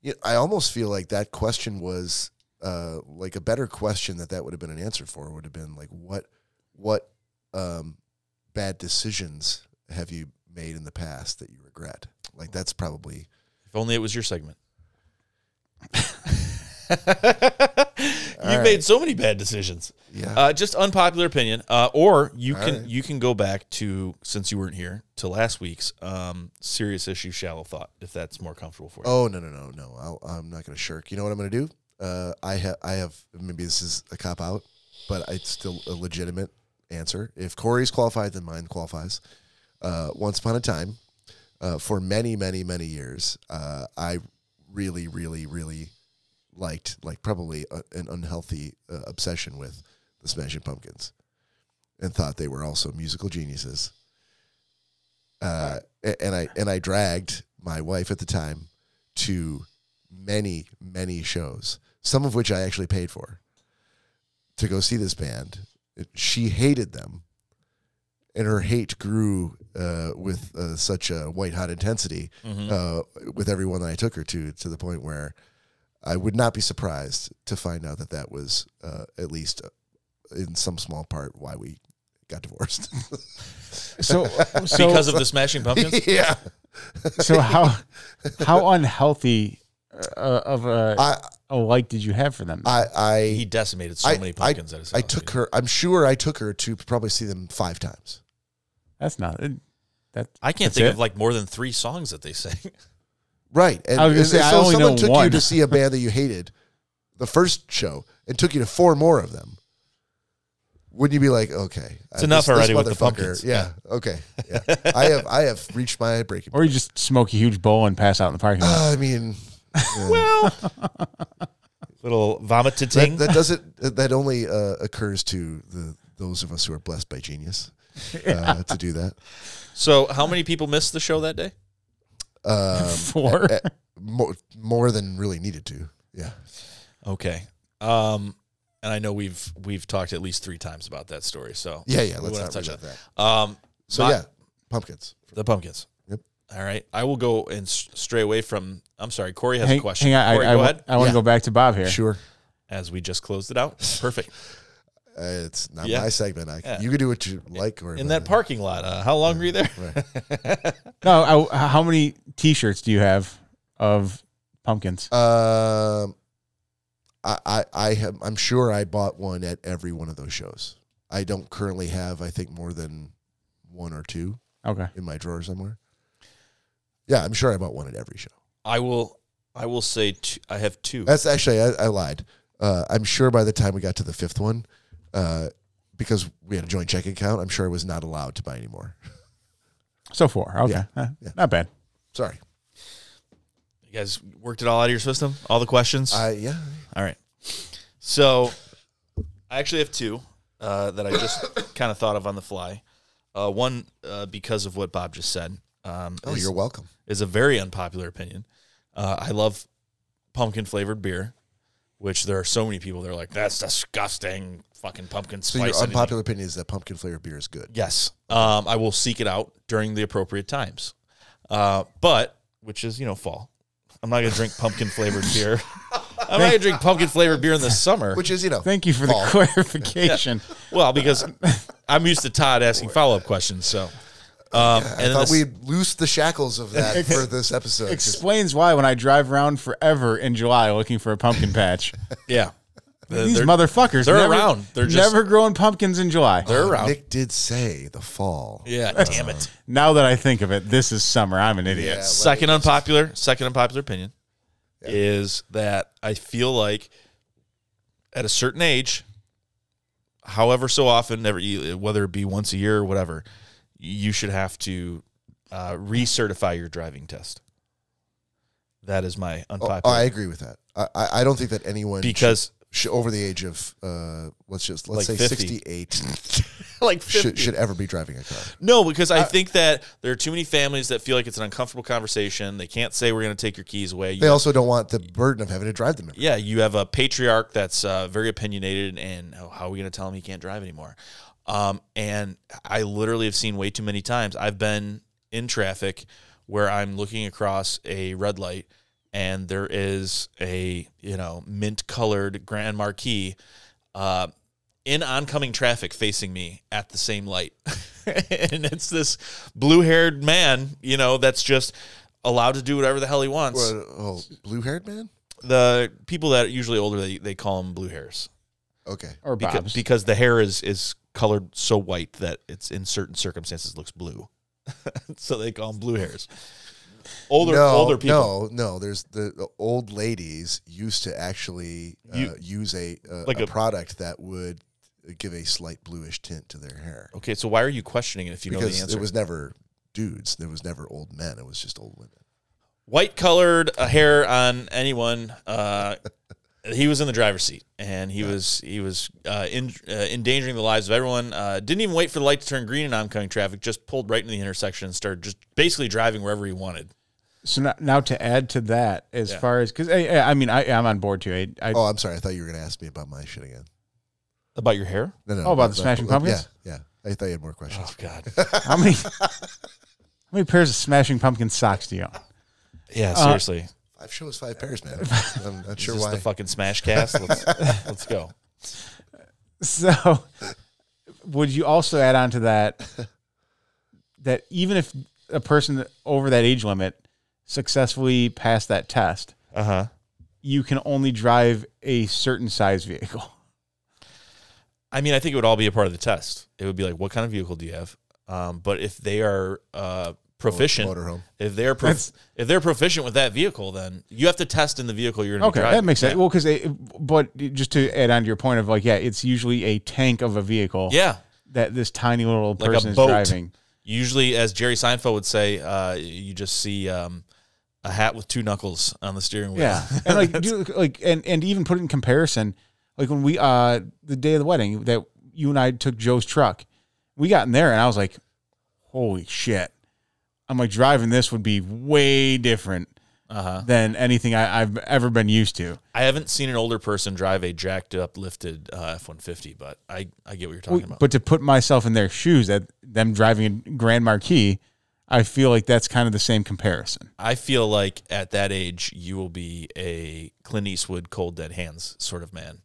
S1: You know, I almost feel like that question was uh, like a better question that that would have been an answer for would have been like what what um, bad decisions have you made in the past that you regret? Like that's probably
S2: If only it was your segment. You've
S1: right.
S2: made so many bad decisions.
S1: yeah.
S2: Uh, just unpopular opinion, uh, or you
S1: All
S2: can
S1: right.
S2: you can go back to since you weren't here to last week's um, serious issue shallow thought if that's more comfortable for you.
S1: Oh no no no no! I'll, I'm not going to shirk. You know what I'm going to do? Uh, I have I have maybe this is a cop out, but it's still a legitimate answer. If Corey's qualified, then mine qualifies. Uh, once upon a time, uh, for many many many years, uh, I really really really liked like probably a, an unhealthy uh, obsession with the Smashing Pumpkins, and thought they were also musical geniuses. Uh, a- and I and I dragged my wife at the time to many many shows, some of which I actually paid for to go see this band. It- She hated them, and her hate grew uh, with uh, such a white hot intensity uh, with everyone that I took her to, to the point where I would not be surprised to find out that that was uh, at least uh, in some small part why we got divorced.
S3: So
S1: Oh,
S3: so
S2: because of the Smashing Pumpkins.
S1: yeah.
S3: so how how unhealthy uh, of a,
S1: I,
S3: a like did you have for them?
S1: I, I,
S2: He decimated so
S1: I-
S2: many pumpkins at his house.
S1: I took her. I'm sure I took her to probably see them five times.
S3: That's not it, that.
S2: I can't
S3: That's
S2: think
S3: it?
S2: of like more than three songs that they sang.
S1: Right. And,
S3: I was gonna
S1: and
S3: say, I
S1: so
S3: only
S1: someone
S3: know
S1: took you
S3: one.
S1: to see a band that you hated the first show and took you to four more of them. Wouldn't you be like, okay, uh, it's
S2: enough already with the pumpkins.
S1: Yeah, okay, yeah. I have I have reached my breaking.
S3: Or you just smoke a huge bowl and pass out in the parking lot.
S1: Uh, I mean, yeah.
S2: Little vomit
S1: that,
S2: ting.
S1: that doesn't that only uh, occurs to the those of us who are blessed by genius uh, to do that.
S2: So, how many people missed the show that day? Uh,
S1: Um,
S3: Four.
S1: eh, more, more than really needed to. Yeah.
S2: Okay. Um, and I know we've we've talked at least three times about that story. So
S1: Yeah, yeah.
S2: we
S1: Let's
S2: won't
S1: not
S2: touch
S1: touch
S2: on
S1: that.
S2: that. Um,
S1: So
S2: my-
S1: yeah, pumpkins.
S2: the pumpkins.
S1: Yep.
S2: All right, I will go and s- stray away from. I'm sorry, Corey has
S3: hang,
S2: a question.
S3: hang on,
S2: Corey,
S3: I, I,
S2: go
S3: wa-
S2: ahead.
S3: I want to
S1: Yeah.
S3: go back to Bob here.
S1: Sure.
S2: As we just closed it out, perfect.
S1: Uh, it's not
S2: Yeah.
S1: my segment. I,
S2: Yeah.
S1: You can do what you like. Or
S2: In that parking lot. Uh, how long were you there?
S1: Right.
S3: No, I, uh, how many T-shirts do you have of pumpkins?
S2: Uh,
S1: Um, I, I, I have. I'm sure I bought one at every one of those shows. I don't currently have. I think more than one or two
S3: Okay.
S1: in my drawer somewhere. Yeah, I'm sure I bought one at every show.
S2: I will. I will say two, I have two.
S1: That's actually I, I lied. Uh, I'm sure by the time we got to the fifth one, uh, because we had a joint checking account, I'm sure I was not allowed to buy anymore.
S3: So far, okay,
S1: Yeah.
S3: Huh, not bad.
S1: Sorry.
S2: You guys worked it all out of your system? All the questions?
S1: I yeah.
S2: all right. So I actually have two uh, that I just kind of thought of on the fly. Uh, one, uh, because of what Bob just said, um,
S1: Oh,
S2: is,
S1: you're welcome.
S2: is a very unpopular opinion. Uh, I love pumpkin flavored beer, which there are so many people that are like, that's disgusting, fucking pumpkin
S1: So
S2: spice.
S1: your
S2: anything."
S1: unpopular opinion is that pumpkin flavored beer is good.
S2: Yes. Um, I will seek it out during the appropriate times. Uh, but, which is, you know, fall. I'm not going to drink pumpkin flavored beer. I'm not going to drink pumpkin flavored beer in the summer.
S1: Which is you know.
S3: Thank you for the clarification.
S2: well, because I'm used to Todd asking follow up questions. So, um, and
S1: I
S2: then
S1: thought
S2: this-
S1: we'd loose the shackles of that for this episode.
S3: Explains why when I drive around forever in July looking for a pumpkin patch,
S2: yeah, they're,
S3: these
S2: they're-
S3: motherfuckers
S2: they're
S3: never-
S2: around. They're just-
S3: never growing pumpkins in July.
S2: they're around.
S1: Nick did say the fall.
S2: yeah, damn it.
S3: Now that I think of it, this is summer. I'm an idiot.
S1: Yeah,
S2: second unpopular second unpopular opinion is that I feel like at a certain age, however so often, never whether it be once a year or whatever, you should have to uh, recertify your driving test. That is my
S1: Oh,
S2: unpopular
S1: I agree with that. I, I, I don't think that anyone
S2: because
S1: should, should, over the age of uh, let's just let's
S2: Like
S1: say
S2: 50.
S1: sixty eight
S2: like
S1: should, should ever be driving a car.
S2: No, because I think that there are too many families that feel like it's an uncomfortable conversation. They can't say we're going to take your keys away. You
S1: They also don't want the burden of having to drive them. every-
S2: Yeah, you have a patriarch that's uh, very opinionated, and oh, how are we going to tell him he can't drive anymore? Um, and I literally have seen way too many times. I've been in traffic where I'm looking across a red light, and there is a you know mint colored Grand Marquis uh, in oncoming traffic facing me at the same light. and it's this blue haired man, you know, that's just allowed to do whatever the hell he wants
S1: What, oh, blue haired man.
S2: the people that are usually older they, they call them blue hairs
S1: Okay.
S3: Or
S2: Beca-
S3: Bob's.
S2: because, the hair is is colored so white that it's in certain circumstances looks blue so they call them blue hairs older
S1: no,
S2: older people
S1: No, no. There's the, the old ladies used to actually uh,
S2: You-
S1: use a, uh,
S2: Like
S1: a
S2: a-
S1: product that would give a slight bluish tint to their hair
S2: okay so why are you questioning it if Oh, you know the
S1: because
S2: answer
S1: it was never dudes. There was never old men. It was just old women.
S2: white colored uh, hair on anyone uh He was in the driver's seat, and he was he was uh, in, uh, endangering the lives of everyone. Uh, didn't even wait for the light to turn green in oncoming traffic. Just pulled right into the intersection and started just basically driving wherever he wanted.
S3: So now, now to add to that, as
S2: Yeah.
S3: far as because I, I I mean I, I'm on board too. I, I
S1: Oh, I'm sorry. I thought you were going to ask me about my shit again.
S2: About your hair?
S1: No, no.
S3: Oh, about the Smashing Pumpkins?
S1: Yeah, yeah. I thought you had more questions.
S2: Oh God.
S3: how many how many pairs of Smashing Pumpkin socks do you own?
S2: Yeah,
S3: Uh,
S2: seriously.
S1: Five shows, five pairs, man. I'm not sure
S2: Is Oh. this
S1: why.
S2: the fucking smash cast? Let's, let's go.
S3: So would you also add on to that that even if a person over that age limit successfully passed that test,
S2: Uh huh.
S3: you can only drive a certain size vehicle?
S2: I mean, I think it would all be a part of the test. It would be like, what kind of vehicle do you have? Um, but if they are uh, proficient,
S1: motorhome.
S2: if they're prof- if they're proficient with that vehicle, then you have to test in the vehicle you're going to
S3: Okay, that makes sense. Well, because but just to add on to your point of like, yeah, it's usually a tank of a vehicle
S2: Yeah.
S3: that this tiny little
S2: Like a
S3: person
S2: boat.
S3: is driving.
S2: Usually, as Jerry Seinfeld would say, uh, you just see um, a hat with two knuckles on the steering wheel.
S3: Yeah, and like, do, like, and and even put it in comparison, like when we uh the day of the wedding that you and I took Joe's truck, we got in there and I was like, holy shit! I'm like driving this would be way different
S2: Uh-huh.
S3: than anything I, I've ever been used to.
S2: I haven't seen an older person drive a jacked up, lifted uh, F one fifty, but I, I get what you're talking about.
S3: But to put myself in their shoes, that them driving a Grand Marquis, I feel like that's kind of the same comparison.
S2: I feel like at that age you will be a Clint Eastwood cold dead hands sort of man.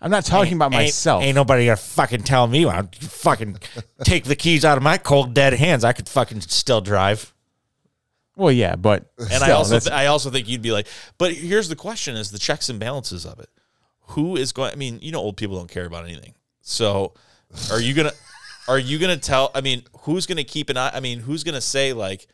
S3: I'm not talking about
S5: Ain't-
S3: myself.
S5: Ain't, nobody gonna fucking tell me. I fucking take the keys out of my cold dead hands. I could fucking still drive.
S3: well, yeah, but
S2: And I also I also think you'd be like, but here's the question is the checks and balances of it. Who is going I mean, you know old people don't care about anything. So are you gonna are you gonna tell I mean, who's gonna keep an eye I mean, who's gonna say like,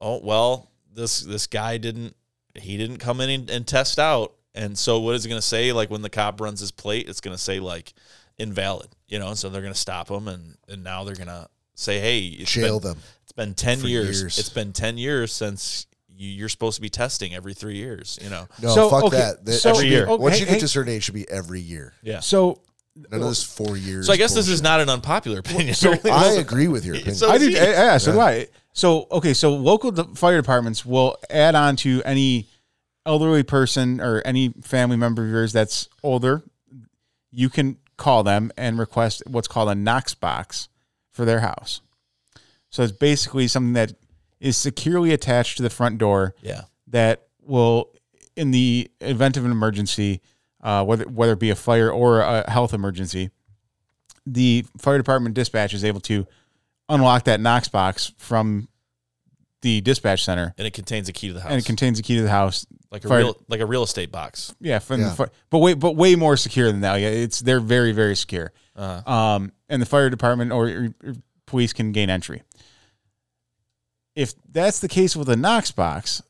S2: Oh well, this this guy didn't he didn't come in and, and test out And so what is it going to say? Like when the cop runs his plate, it's going to say like invalid, you know? So they're going to stop him and, and now they're going to say, Hey, it's
S1: Jail
S2: been,
S1: them.
S2: It's been 10
S1: for
S2: years.
S1: years.
S2: It's been 10 years since you, you're supposed to be testing every three years, you know?
S1: No,
S3: So,
S1: fuck
S3: okay,
S1: that. that
S3: so-
S1: every year.
S3: okay,
S1: Once you get
S3: hey-
S1: to a certain age, it should be every year.
S2: Yeah. So,
S3: So
S1: None of this four years.
S2: I guess this
S1: bullshit.
S2: is not an unpopular opinion.
S1: I agree with your opinion.
S2: So
S3: I
S2: does
S3: do.
S2: he.
S3: Yeah, yeah, so do I. So okay, so local de- fire departments will add on to any elderly person or any family member of yours that's older. You can call them and request what's called a Knox box for their house. So it's basically something that is securely attached to the front door
S2: yeah.
S3: that will, in the event of an emergency, uh, whether whether it be a fire or a health emergency, the fire department dispatch is able to unlock that Knox box from the dispatch center,
S2: And it contains a key to the house.
S3: and it contains the key to the house.
S2: like a
S3: fire-
S2: real, like a real estate box.
S3: Yeah, from
S1: Yeah.
S3: The fire, but way but way more secure than that. Yeah, it's they're very very secure.
S2: Uh,
S3: Um, and the fire department or, or police can gain entry. If that's the case with a Knox box,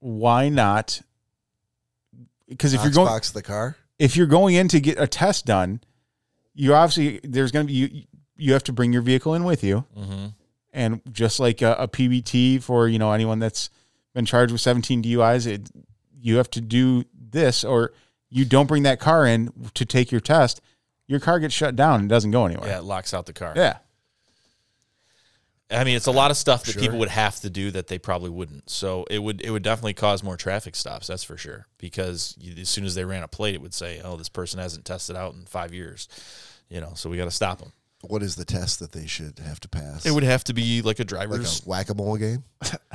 S3: why not? Because if you're going,
S1: box the car.
S3: if you're going in to get a test done, you obviously there's going to be you. You have to bring your vehicle in with you,
S2: mhm.
S3: and just like a, a PBT for you know anyone that's been charged with 17 DUIs, it, you have to do this, or you don't bring that car in to take your test. Your car gets shut down and doesn't go anywhere.
S2: Yeah. It locks out the car.
S3: Yeah.
S2: I mean, it's a lot of stuff that people would have to do that they probably wouldn't. So it would it would definitely cause more traffic stops. That's for sure. Because you, as soon as they ran a plate, it would say, "Oh, this person hasn't tested out in five years," you know. So we got to stop them.
S1: What is the test that they should have to pass?
S2: It would have to be like a
S1: like
S2: driver's
S1: a whack a mole game.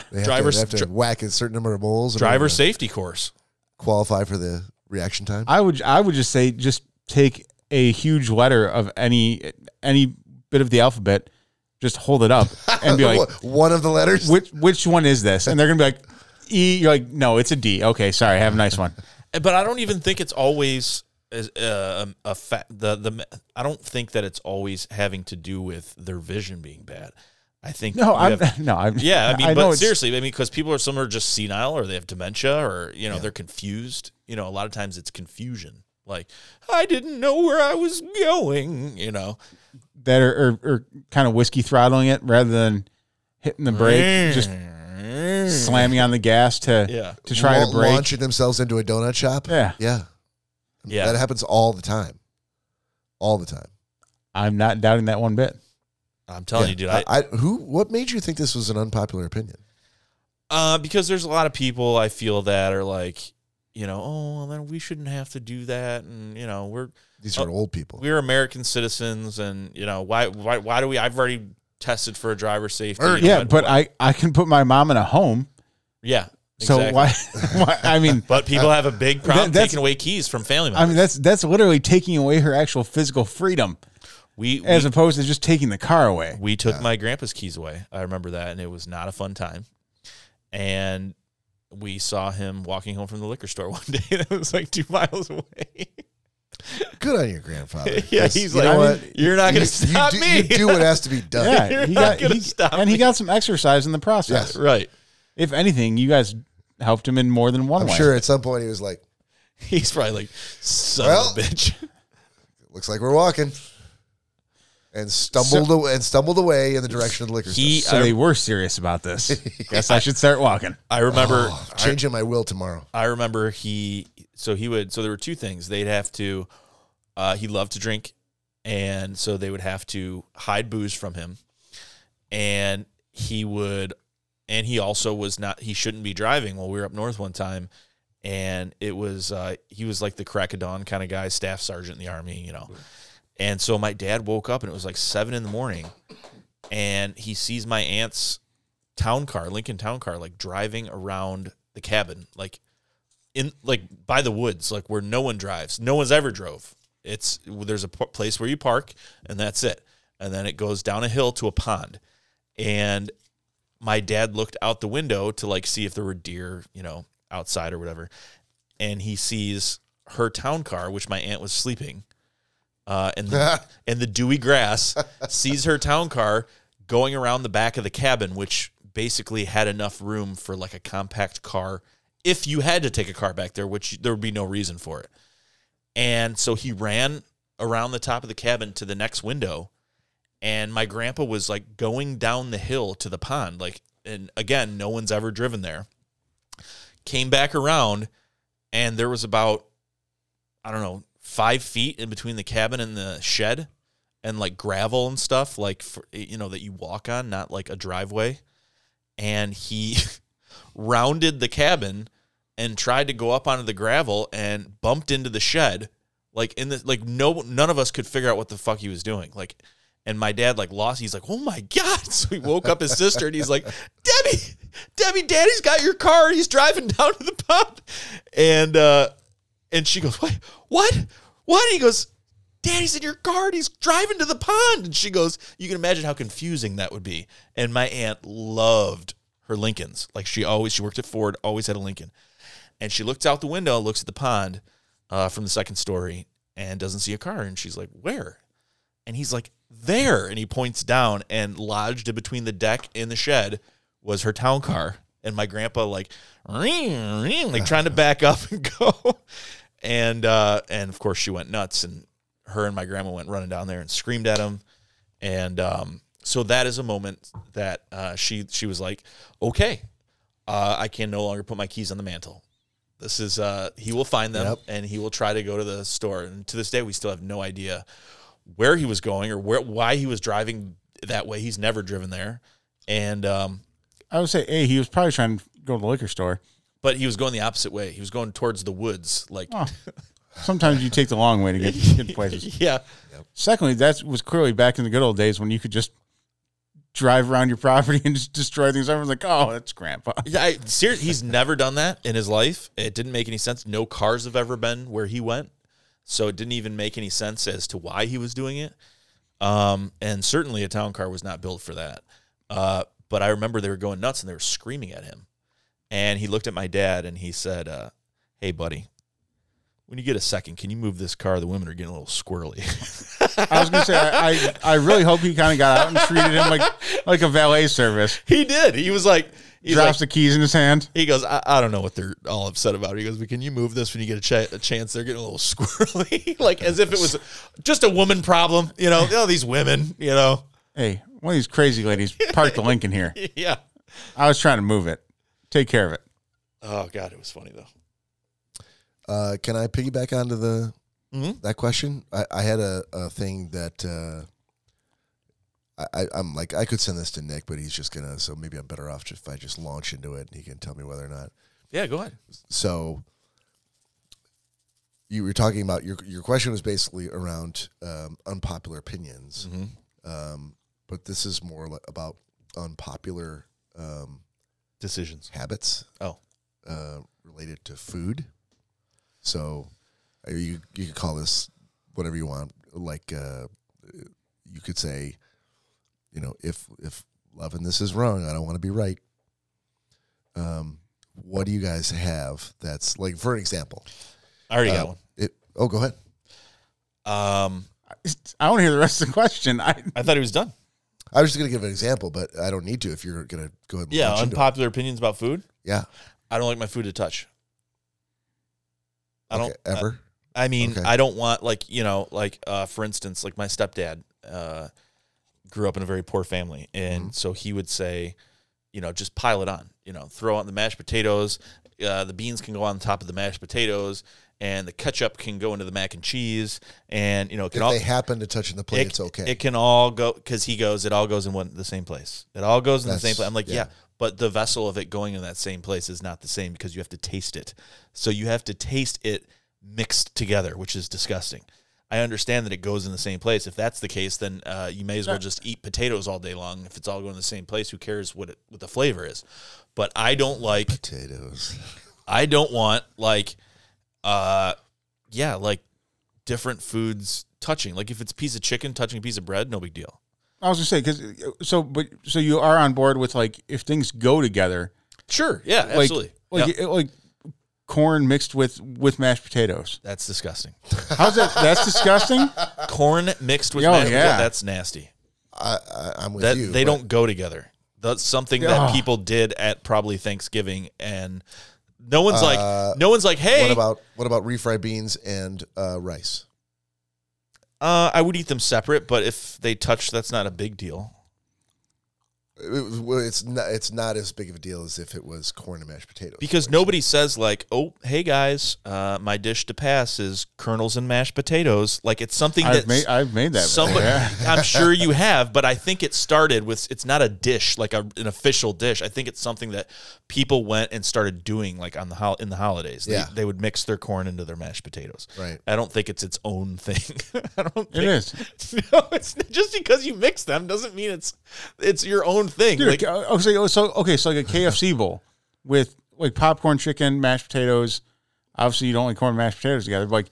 S1: They have
S2: Driver's-
S1: to, they have to
S2: dri-
S1: whack a certain number of moles. in
S2: driver
S1: order to
S2: safety course.
S1: qualify for the reaction time.
S3: I would I would just say just take a huge letter of any any bit of the alphabet, just hold it up and be like,
S1: one of the letters.
S3: which which one is this? And they're gonna be like, E. You're like, no, it's a D. Okay, sorry, have a nice one.
S2: But I don't even think it's always as, uh, um, a fa- the the I don't think that it's always having to do with their vision being bad. I think
S3: No,
S2: you
S3: I'm
S2: have-
S3: no, I'm
S2: Yeah, I mean,
S3: know
S2: but
S3: it's-
S2: seriously, I mean, because people are some are just senile or they have dementia or you know they're confused. You know, a lot of times it's confusion. Like I didn't know where I was going. You know,
S3: that are, are, are kind of whiskey throttling it rather than hitting the brake, just slamming on the gas to
S2: Mm. Yeah.
S3: to try
S1: Laun-
S3: to brake.
S1: Launching themselves into a donut shop.
S3: Yeah.
S1: Yeah.
S2: Yeah.
S1: That happens all the time. All the time.
S3: I'm not doubting that one bit.
S2: I'm telling you, dude. I,
S1: I, who? What made you think this was an unpopular opinion?
S2: uh, because there's a lot of people I feel that are like, you know, oh, well, then we shouldn't have to do that, and you know, we're
S1: These are old people.
S2: Oh, we're American citizens, and you know, why why why do we? I've already tested for a driver's safety. you know,
S3: Yeah,
S2: and-
S3: but I I can put my mom in a home,
S2: yeah,
S3: so
S2: exactly.
S3: why, why? I mean,
S2: But people
S1: Uh,
S2: have a big problem
S3: that's-
S2: taking away keys from family members.
S3: I mean that's that's literally taking away her actual physical freedom
S2: we, we
S3: as opposed to just taking the car away.
S2: We took my grandpa's keys away. I remember that, and it was not a fun time. And we saw him walking home from the liquor store one day that was like two miles away.
S1: Good on your grandfather.
S2: yeah,
S1: 'cause
S2: he's
S1: you
S2: like,
S1: know what?
S2: "You're not going to
S1: You
S2: stop
S1: do,
S2: me."
S1: you do what has to be done.
S3: Yeah, he
S2: You're not
S3: got
S2: gonna
S3: he-
S2: stop
S3: and he
S2: me.
S3: got some exercise in the process.
S1: Yes.
S2: right?
S3: If anything, you guys helped him in more than one
S1: I'm
S3: way.
S1: sure at some point he was like,
S2: He's probably like, "Son
S1: Well-
S2: of a bitch."
S1: "Looks like we're walking," and stumbled away, and stumbled away in the direction of the liquor
S2: He,
S3: So
S2: I,
S3: they were serious about this. Guess I should start walking.
S2: I remember,
S1: store. Oh, Changing my will tomorrow.
S2: I remember he. So he would. So there were two things they'd have to. Uh, he loved to drink, and so they would have to hide booze from him, and he would, and he also was not. He shouldn't be driving. Well, we were up north one time, and it was uh, he was like the crack of dawn kind of guy, staff sergeant in the army, you know. And so my dad woke up, and it was like seven in the morning, and he sees my aunt's town car, Lincoln town car, like driving around the cabin, like in like by the woods, like where no one drives, no one's ever drove. It's there's a p- place where you park, and that's it. And then it goes down a hill to a pond, and my dad looked out the window to like see if there were deer, you know, outside or whatever, and he sees her town car, which my aunt was sleeping, uh, and the, and the dewy grass sees her town car going around the back of the cabin, which basically had enough room for like a compact car if you had to take a car back there, which there would be no reason for it. And so he ran around the top of the cabin to the next window, and my grandpa was like going down the hill to the pond, like, and again, no one's ever driven there. Came back around, and there was about, I don't know, five feet in between the cabin and the shed, and like gravel and stuff, like for, you know that you walk on, not like a driveway. And he rounded the cabin and tried to go up onto the gravel and bumped into the shed like in the like no none of us could figure out what the fuck he was doing like and my dad like lost he's like oh my god so he woke up his sister and he's like debbie debbie daddy's got your car and he's driving down to the pub and uh and she goes what what what And he goes Daddy's in your car and he's driving to the pond. And she goes, You can imagine how confusing that would be. And my aunt loved her Lincolns. Like she always, she worked at Ford, always had a Lincoln. And she looks out the window, looks at the pond uh, from the second story, and doesn't see a car. And she's like, Where? And he's like, There. And he points down, and lodged in between the deck and the shed was her town car. And my grandpa, like, "Ring, ring," like trying to back up and go. And uh, and of course she went nuts and her and my grandma went running down there and screamed at him. And um, so that is a moment that uh, she she was like, okay, uh, I can no longer put my keys on the mantle. This is uh, he will find them
S1: Yep.
S2: and he will try to go to the store. And to this day, we still have no idea where he was going or where why he was driving that way. He's never driven there, and um,
S3: I would say, hey, he was probably trying to go to the liquor store.
S2: but he was going the opposite way. He was going towards the woods, like
S3: Oh. Sometimes you take the long way to get, get to places.
S2: yeah,
S3: Secondly, that was clearly back in the good old days when you could just drive around your property and just destroy things. Everyone's like, oh, that's grandpa.
S2: Yeah, I, ser- he's never done that in his life. It didn't make any sense. No cars have ever been where he went, so it didn't even make any sense as to why he was doing it. Um, and certainly a town car was not built for that. Uh, but I remember they were going nuts and they were screaming at him. And he looked at my dad and he said, uh, "Hey, buddy, when you get a second, can you move this car? The women are getting a little squirrely."
S3: I was going to say, I, I, I really hope he kind of got out and treated him like, like a valet service.
S2: he did. He was like, he's like,
S3: Drops the keys in his hand.
S2: He goes, I, I don't know what they're all upset about. He goes, but can you move this when you get a, cha- a chance? They're getting a little squirrely, like as if it was just a woman problem. You know, all these women. You know,
S3: Hey, one of these crazy ladies parked the Lincoln here.
S2: yeah.
S3: I was trying to move it. Take care of it.
S2: Oh God, it was funny though.
S1: Uh, can I piggyback onto the
S2: Mhm.
S1: that question? I, I had a, a thing that uh, I, I, I'm like I could send this to Nick, but he's just gonna. So maybe I'm better off just if I just launch into it and he can tell me whether or not.
S2: Yeah, go ahead.
S1: So you were talking about your your question was basically around um, unpopular opinions, um, but this is more li- about unpopular um,
S2: Decisions.
S1: habits.
S2: Oh.
S1: uh, related to food. So, uh, you you could call this whatever you want. Like, uh, you could say, you know, if if love and this is wrong, I don't want to be right. Um, what do you guys have that's like for an example?
S2: I already
S1: Uh, It, oh, go ahead.
S2: got one. Um,
S3: I want to hear the rest of the question. I,
S2: I thought he was done.
S1: I was just gonna give an example, but I don't need to if you're gonna go ahead. And
S2: Yeah,
S1: launch into it.
S2: unpopular opinions about food.
S1: yeah.
S2: I don't like my food to touch. I don't uh,
S1: okay, ever.
S2: I mean,
S1: Okay.
S2: I don't want like you know, like uh, for instance, like my stepdad uh, grew up in a very poor family, and
S1: Mm-hmm.
S2: so he would say, you know, just pile it on. You know, throw on the mashed potatoes. Uh, the beans can go on top of the mashed potatoes, and the ketchup can go into the mac and cheese, and you know, it can
S1: if
S2: all
S1: they happen to touch in the plate,
S2: it,
S1: it's okay.
S2: It can all go because he goes. It all goes in one the same place. It all goes in the
S1: That's-
S2: same place. I'm like, yeah.
S1: yeah.
S2: but the vessel of it going in that same place is not the same because you have to taste it. So you have to taste it mixed together, which is disgusting. I understand that it goes in the same place. If that's the case, then uh, you may as well just eat potatoes all day long. If it's all going in the same place, who cares what it, what the flavor is? But I don't like
S1: Potatoes.
S2: I don't want like uh yeah, like different foods touching. Like if it's a piece of chicken touching a piece of bread, no big deal.
S3: I was going to say, because so, but so you are on board with like if things go together,
S2: Sure. Yeah, absolutely.
S3: like,
S2: Yeah.
S3: like, like corn mixed with with mashed potatoes.
S2: that's disgusting.
S3: How's that? That's disgusting.
S2: Corn mixed with
S3: Oh,
S2: mashed potato-
S3: yeah.
S2: that's nasty.
S1: I, I, I'm with
S2: That
S1: you.
S2: they
S1: but-
S2: don't go together. That's something that
S3: Ugh.
S2: people did at probably Thanksgiving and No one's
S1: Uh,
S2: like, no one's like, hey,
S1: What about what about refried beans and uh, rice?
S2: uh, I would eat them separate, but if they touch, that's not a big deal.
S1: It was- well, it's not it's not as big of a deal as if it was corn and mashed potatoes.
S2: Because nobody says like, "Oh, hey guys, uh, my dish to pass is kernels and mashed potatoes." Like it's something
S3: I've
S2: that
S3: made I've made that.
S2: somebody,
S3: before.
S2: I'm sure you have, but I think it started with it's not a dish like a, an official dish. I think it's something that people went and started doing like on the hol- in the holidays. They,
S1: Yeah.
S2: they would mix their corn into their mashed potatoes.
S1: Right.
S2: I don't think it's its own thing. I don't.
S3: It
S2: Think,
S3: is.
S2: No, it's just because you mix them doesn't mean it's it's your own thing.
S3: Dude,
S2: like,
S3: like, oh, so, so okay, so like a KFC bowl with like popcorn, chicken, mashed potatoes. Obviously, you don't like corn and mashed potatoes together. But like,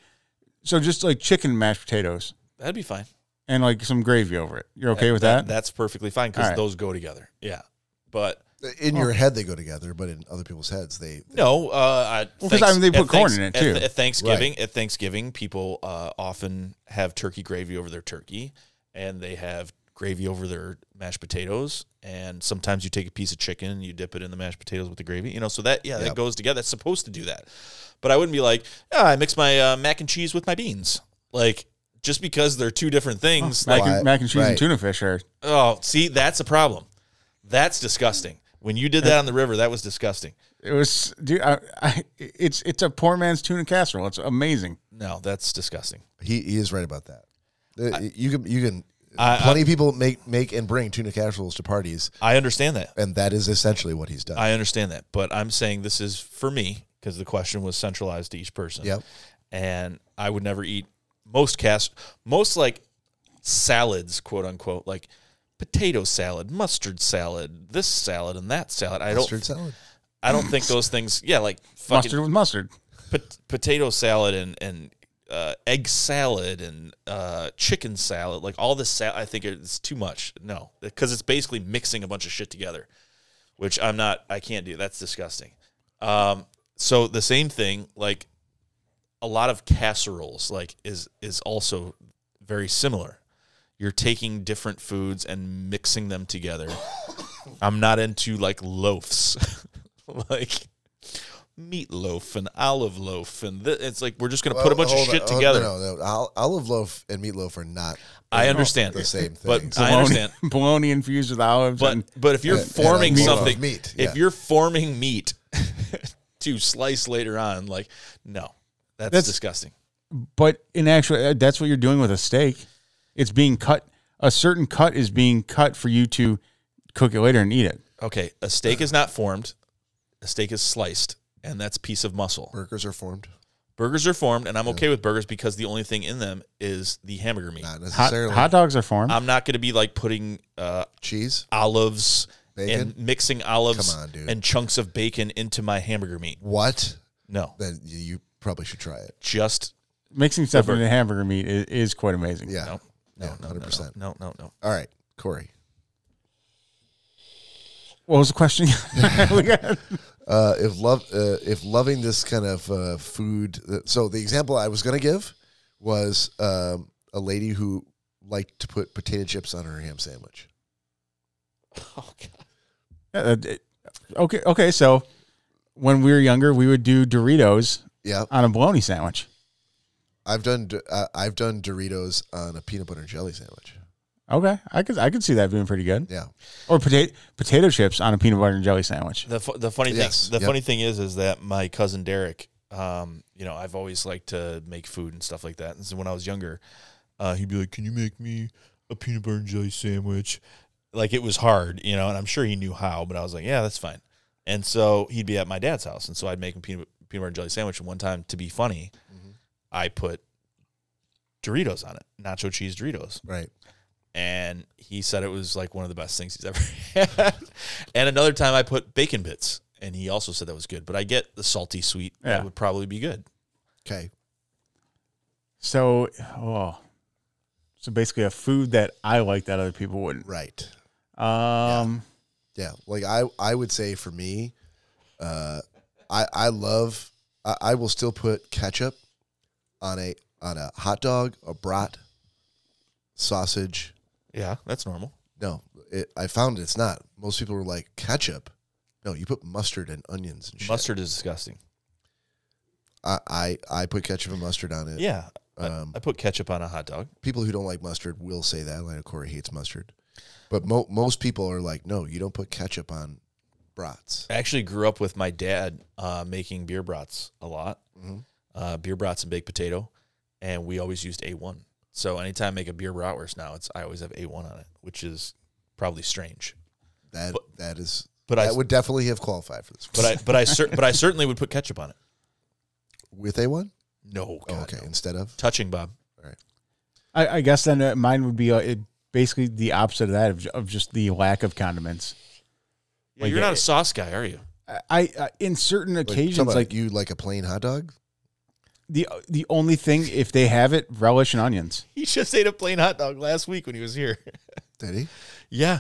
S3: so just like chicken and mashed potatoes
S2: that'd be fine.
S3: and like some gravy over it. You're okay with that?
S2: That's perfectly fine because
S3: All right.
S2: those go together. Yeah, but.
S1: in
S2: Oh.
S1: your head they go together, but in other people's heads they
S2: No, uh, I-
S3: 'cause, I mean, they
S2: at
S3: put corn in it,
S2: at-
S3: too.
S2: At, Thanksgiving, at Thanksgiving, people uh, often have turkey gravy over their turkey, and they have gravy over their mashed potatoes. And sometimes you take a piece of chicken and you dip it in the mashed potatoes with the gravy. You know, so that yeah, that
S1: Yep.
S2: goes together. That's supposed to do that. But I wouldn't be like, yeah, I mix my uh, mac and cheese with my beans, like. Just because they're two different things,
S3: mac,
S1: Why-
S3: and, mac and cheese
S1: right.
S3: and tuna fish are.
S2: oh, see, that's a problem. That's disgusting. When you did that on the river, that was disgusting.
S3: It was, dude. I, I, it's it's a poor man's tuna casserole. It's amazing.
S2: No, that's disgusting.
S1: he, he is right about that. Uh, you can you can
S2: I-
S1: plenty of people make make and bring tuna casseroles to parties,
S2: I understand that.
S1: and that is essentially what he's done.
S2: I understand that, but I'm saying this is for me because the question was centralized to each person.
S1: Yep.
S2: And I would never eat most cast most like salads, quote unquote, like potato salad, mustard salad, this salad and that salad. I
S1: Mustard
S2: don't
S1: salad.
S2: I don't think those things yeah, like fucking
S3: Mustard with mustard.
S2: pot- potato salad and and uh, egg salad and uh, chicken salad, like all this salad, I think it's too much. No, because it's basically mixing a bunch of shit together, which I'm not. I can't do. That's disgusting. Um, so the same thing, like a lot of casseroles, like is is also very similar. You're taking different foods and mixing them together. I'm not into like loaves, like meatloaf and olive loaf, and th- it's like we're just gonna put a bunch of
S1: Hold on,
S2: shit
S1: hold-
S2: together.
S1: No, no, no. Ol- Olive loaf and meatloaf are not.
S2: I understand
S1: the same
S2: but
S1: things.
S2: I understand.
S3: bologna infused with olives.
S2: But
S3: and
S2: but if you're
S1: And- and a
S2: forming
S1: meatloaf.
S2: something,
S1: Meat, yeah.
S2: if you're forming meat to slice later on, like no, that's,
S3: That's-
S2: disgusting.
S3: But in actual, uh, that's what you're doing with a steak. It's being cut. A certain cut is being cut for you to cook it later and eat it.
S2: Okay, a steak is not formed. A steak is sliced, and that's piece of muscle.
S1: Burgers are formed,
S2: Burgers are formed, and I'm okay with burgers because the only thing in them is the hamburger meat.
S1: not
S3: Hot,
S1: necessarily
S3: hot dogs are formed.
S2: I'm not going to be like putting uh,
S1: cheese.
S2: olives
S1: Bacon?
S2: and mixing olives
S1: Come on, dude.
S2: and chunks of bacon into my hamburger meat.
S1: What?
S2: No,
S1: Then you- you probably should try it.
S2: just
S3: Mixing stuff into hamburger meat is, is quite amazing.
S1: Yeah.
S2: no, no,
S1: Yeah,
S2: no, no,
S1: 100%.
S2: no, no, no.
S1: All right, Corey.
S3: What was the question? We got-
S1: Uh, if love, uh, if loving this kind of uh, food. so the example I was going to give was um, a lady who liked to put potato chips on her ham sandwich.
S3: Uh, it- okay, okay. So when we were younger, we would do Doritos
S1: Yeah,
S3: on a bologna sandwich.
S1: I've done d- uh, I've done Doritos on a peanut butter and jelly sandwich.
S3: Okay, I could I could see that being pretty good.
S1: Yeah,
S3: Or potato potato chips on a peanut butter and jelly sandwich.
S2: The, fu- the funny
S1: Yes,
S2: thing the
S1: yep.
S2: funny thing is is that my cousin Derek, um, you know, I've always liked to make food and stuff like that. And so when I was younger, uh, he'd be like, "Can you make me a peanut butter and jelly sandwich?" Like it was hard, you know, and I'm sure he knew how, but I was like, "Yeah, that's fine." And so he'd be at my dad's house, and so I'd make him peanut peanut butter and jelly sandwich. And one time, to be funny,
S1: Mm-hmm.
S2: I put Doritos on it, nacho cheese Doritos
S1: right.
S2: and he said it was like one of the best things he's ever had. and another time I put bacon bits, and he also said that was good. But I get the salty sweet;
S3: Yeah.
S2: that would probably be good.
S1: Okay.
S3: So oh, so basically a food that I like that other people wouldn't.
S1: Right.
S3: Um,
S1: Yeah. Like I, I would say for me, uh, I, I love, I, I will still put ketchup on a, on a hot dog, a brat, sausage.
S2: Yeah, that's normal.
S1: No, it, I found it's not. Most people are like ketchup. No, you put mustard and onions and shit.
S2: Mustard is disgusting.
S1: I, I, I put ketchup and mustard on it.
S2: Yeah. I-
S1: Um,
S2: I, put ketchup on a hot dog.
S1: People who don't like mustard will say that. Like, Corey hates mustard. But mo- most people are like, no, you don't put ketchup on brats.
S2: I actually grew up with my dad uh, making beer brats a lot, uh, beer brats and baked potato, and we always used A1. So anytime I make a beer bratwurst now, it's I always have A1 on it, which is probably strange.
S1: That that is.
S2: but
S1: that
S2: I-
S1: would definitely have qualified for this.
S2: But I but I cer- but I certainly would put ketchup on it.
S1: with a one,
S2: No,
S1: oh,
S2: God,
S1: okay,
S2: no.
S1: instead of
S2: touching Bob.
S3: I, I guess then uh, mine would be uh, it, basically the opposite of that of, ju- of just the lack of condiments.
S2: Yeah, you're not a sauce guy, are you?
S3: I, I uh, in certain
S1: Like,
S3: occasions
S1: somebody-
S3: like
S1: you like a plain hot dog.
S3: the the only thing if they have it relish and onions.
S2: He just ate a plain hot dog last week when he was here.
S1: Did he?
S2: yeah,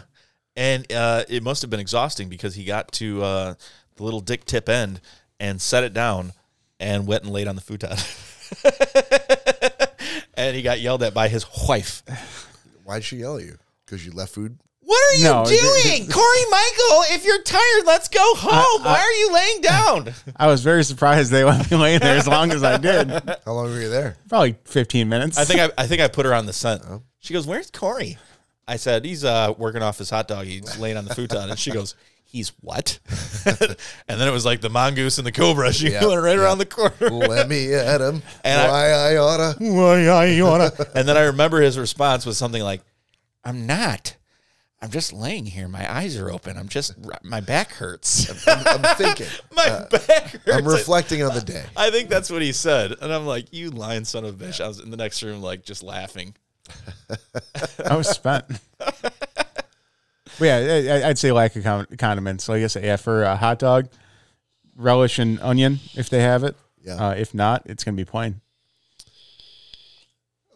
S2: and uh, it must have been exhausting because he got to uh, the little dick tip end and set it down and went and laid on the futon. and he got yelled at by his wife.
S1: Why'd she yell at you? Because you left food.
S2: What are you
S3: No, th-
S2: doing, Corey Michael? If you're tired, let's go home. Why are you laying down?
S3: I was very surprised they let me lay there as long as I did.
S1: How long were you there?
S3: Probably 15 minutes.
S2: I think I, I think I put her on the scent.
S1: Oh.
S2: She goes, "Where's Corey?" I said, "He's uh, working off his hot dog. He's laying on the futon." And she goes, "He's what?" and then it was like the mongoose and the cobra. She
S1: Yeah,
S2: went right around the corner.
S1: Let me at him.
S2: And I-
S1: Why I, oughta?
S2: and then I remember his response was something like,
S5: I'm not. I'm just laying here. My eyes are open. I'm just my back hurts.
S1: I'm, I'm thinking.
S2: "My
S1: Uh,
S2: back hurts."
S1: I'm reflecting on the day.
S2: I think that's what he said, and I'm like, "You lying son of a bitch!" I was in the next room, like just laughing.
S3: I was spent. but yeah, I, I'd say lack of con- condiments. Like I say, yeah, for a hot dog, relish and onion if they have it.
S1: Yeah.
S3: Uh, if not, it's gonna be plain.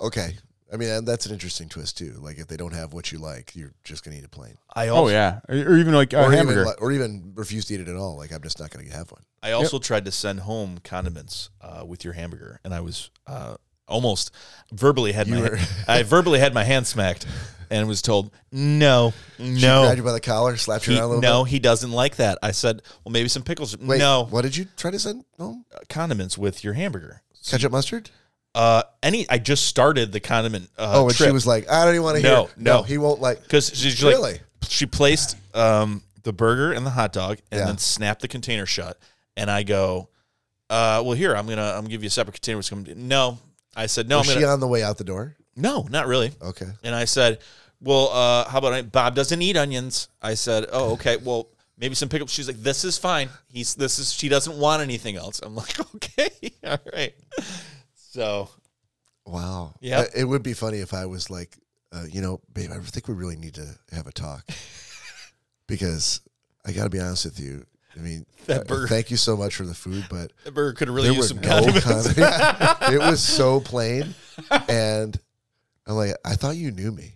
S1: Okay. I mean, and that's an interesting twist too. Like if they don't have what you like, you're just gonna eat a plain,
S2: I
S3: Oh
S2: also,
S3: yeah, or, or even like a
S1: or
S3: hamburger.
S1: even li- or even refuse to eat it at all. Like I'm just not gonna have one.
S2: I also tried to send home condiments uh, with your hamburger, and I was uh, almost verbally had my
S1: were-
S2: I verbally had my hand smacked, and was told no, no,
S1: Grabbed you by the collar, slapped you
S2: he,
S1: around a little
S2: no,
S1: bit.
S2: he doesn't like that. I said, well, maybe some pickles.
S1: Wait,
S2: no,
S1: What did you try to send home?
S2: condiments with your hamburger.
S1: Ketchup mustard?
S2: Uh, any, I just started the condiment. Uh,
S1: oh, and she was like, I don't even want to
S2: No,
S1: hear. it.
S2: no.
S1: he won't like.
S2: because she's like,
S1: Really?
S2: she placed um, the burger and the hot dog, and
S1: Yeah.
S2: then snapped the container shut. And I go, uh, well, here I'm gonna I'm gonna give you a separate container. It's gonna be- no. I said no.
S1: Was
S2: I'm
S1: she Oh.
S2: gonna,
S1: on the way out the door?
S2: No, not really.
S1: Okay.
S2: And I said, "Well, uh, how about I, Bob doesn't eat onions?" I said, "Oh, okay. Well, maybe some pickles." She's like, "This is fine. He's this is she doesn't want anything else." I'm like, "Okay, all right." So
S1: Wow.
S2: Yeah.
S1: Uh, It would be funny if I was like, uh, you know, babe, I think we really need to have a talk because I got to be honest with you. I mean, uh,
S2: burger-
S1: thank you so much for the food, but
S2: the burger could have
S1: there
S2: really
S1: were
S2: used some
S1: no
S2: condiments.
S1: condiments. Yeah. it was so plain, and I'm like, I thought you knew me.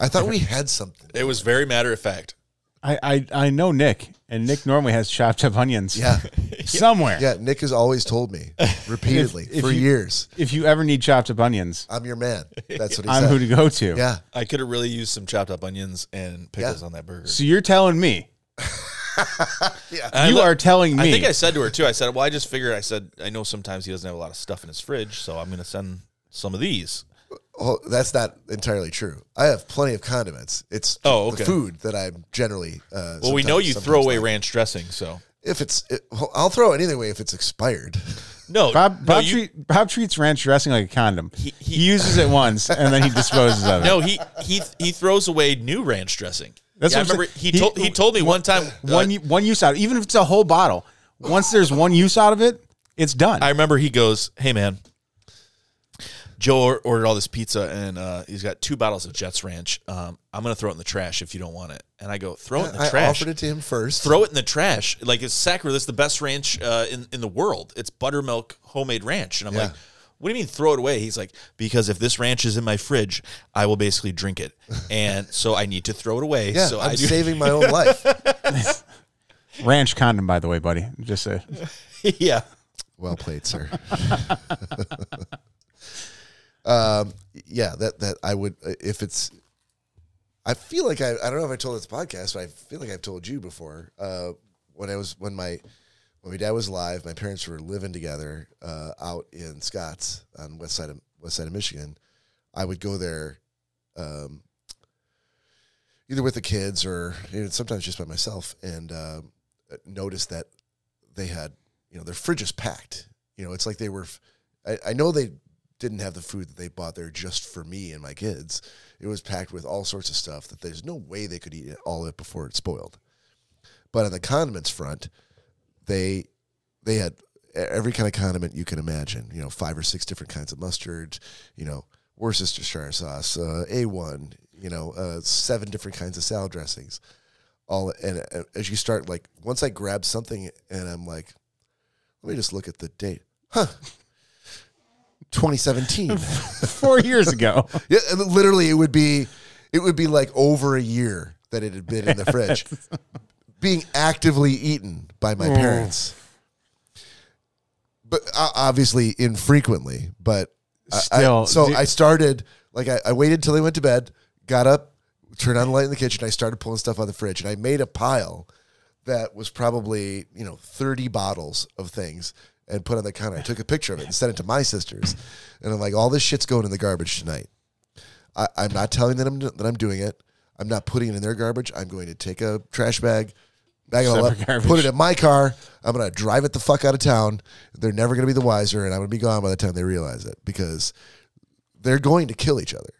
S1: I thought we had something.
S2: It was very matter of fact.
S3: I, I I know Nick, and Nick normally has chopped up onions
S1: Yeah,
S3: somewhere.
S1: yeah. Nick has always told me repeatedly
S3: If- if
S1: for
S3: you-
S1: years,
S3: If you ever need chopped up onions,
S1: "I'm your man." That's what he
S3: I'm
S1: said.
S3: who to go to.
S1: yeah,
S2: I could have really used some chopped up onions and pickles on that burger.
S3: So you're telling me,
S2: I
S3: you
S2: le-
S3: are telling me.
S2: I think I said to her too. I said, "Well, I just figured." I said, "I know sometimes he doesn't have a lot of stuff in his fridge, so I'm going to send some of these."
S1: Oh, that's not entirely true. I have plenty of condiments. It's
S2: Oh,
S1: the
S2: okay.
S1: food that I'm generally. Uh,
S2: Well, we
S1: sometimes-
S2: know you
S1: sometimes
S2: throw away
S1: not.
S2: ranch dressing, so
S1: If it's, it, well, I'll throw anything away if it's expired.
S2: no,
S3: Bob
S2: no,
S3: Bob,
S2: you-
S3: treat, Bob treats ranch dressing like a condom. He, uses it once and then he disposes of it.
S2: No, he he he throws away new ranch dressing.
S3: That's
S2: Yeah,
S3: what
S2: I
S3: I'm
S2: remember. He,
S3: saying. He-
S2: told he told me one time.
S3: one
S2: uh,
S3: u- one use out, even if it's a whole bottle. Once there's one use out of it, it's done.
S2: I remember he goes, "Hey man, Joe or- ordered all this pizza and uh, he's got two bottles of Jets Ranch. Um, I'm gonna throw it in the trash if you don't want it." And I go, "Throw it in the
S1: I
S2: trash."
S1: offered it to him first.
S2: Throw it in the trash. Like it's sacrilege. This is the best ranch uh, in in the world. It's buttermilk homemade ranch. And I'm like, what do you mean throw it away? He's like, because if this ranch is in my fridge, I will basically drink it, and so I need to throw it away.
S1: yeah,
S2: so
S1: I'm
S2: I do-
S1: saving my own life.
S3: Ranch condom, by the way, buddy. Just uh, a,
S2: yeah.
S1: Well played, sir. um, yeah, that that I would if it's. uh, I feel like I I don't know if I told this podcast, but I feel like I've told you before. Uh, when I was when my when my dad was alive, my parents were living together uh, out in Scotts on west side of west side of Michigan. I would go there, um, either with the kids or you know, sometimes just by myself, and uh, notice that they had you know their fridge is packed. You know, it's like they were. f- I, I know they didn't have the food that they bought there just for me and my kids. It was packed with all sorts of stuff that there's no way they could eat it, all of it before it spoiled. But on the condiments front, they they had e- every kind of condiment you can imagine. You know, five or six different kinds of mustard. You know, Worcestershire sauce, uh, a one. You know, uh, seven different kinds of salad dressings. All and uh, as you start like once I grab something and I'm like, let me just look at the date, huh? 2017.
S3: Four years ago.
S1: Yeah, and literally, it would be, it would be like over a year that it had been in the fridge, being actively eaten by
S3: Oh.
S1: my parents. But uh, obviously, infrequently. But I- I,
S3: Still,
S1: so
S3: do-
S1: I started like I, I waited till they went to bed, got up, turned on the light in the kitchen. I started pulling stuff out of the fridge, and I made a pile that was probably you know 30 bottles of things and put on the counter. I took a picture of it and sent it to my sisters, and I'm like, all this shit's going in the garbage tonight. I, I'm not telling them that I'm doing it. I'm not putting it in their garbage. I'm going to take a trash bag, bag it all up,
S3: Separate garbage.
S1: put it in my car. I'm going to drive it the fuck out of town. They're never going to be the wiser, and I'm going to be gone by the time they realize it because they're going to kill each other.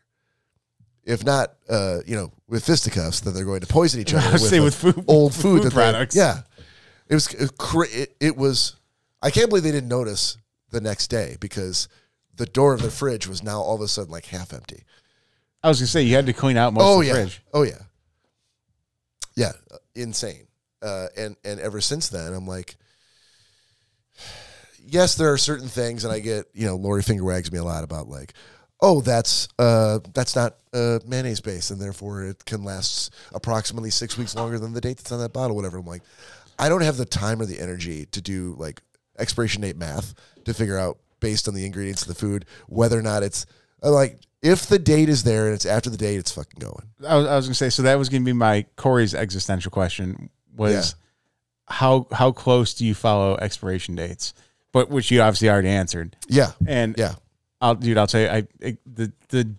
S1: If not, uh, you know, with fisticuffs, then they're going to poison each other
S3: was
S1: with,
S3: saying
S1: the
S3: with food-
S1: old food,
S3: with food
S1: that they-
S3: products.
S1: Yeah, it was it, cra- it, it was. I can't believe they didn't notice the next day because the door of the fridge was now all of a sudden like half empty.
S3: I was gonna say you had to clean out most
S1: Oh
S3: of the
S1: yeah.
S3: fridge.
S1: Oh yeah. Yeah, uh, insane. Uh, and and ever since then, I'm like, yes, there are certain things, and I get you know Lori finger wags me a lot about like, oh, that's uh, that's not uh, mayonnaise based, and therefore it can last approximately six weeks longer than the date that's on that bottle, whatever. I'm like, I don't have the time or the energy to do like expiration date math to figure out based on the ingredients of the food whether or not it's I'm like if the date is there and it's after the date, it's fucking going.
S3: I was, I was gonna say so that was gonna be my Corey's existential question was how how close do you follow expiration dates? But which you obviously already answered.
S1: Yeah,
S3: And
S1: yeah,
S3: I'll dude, I'll tell you, I, I the the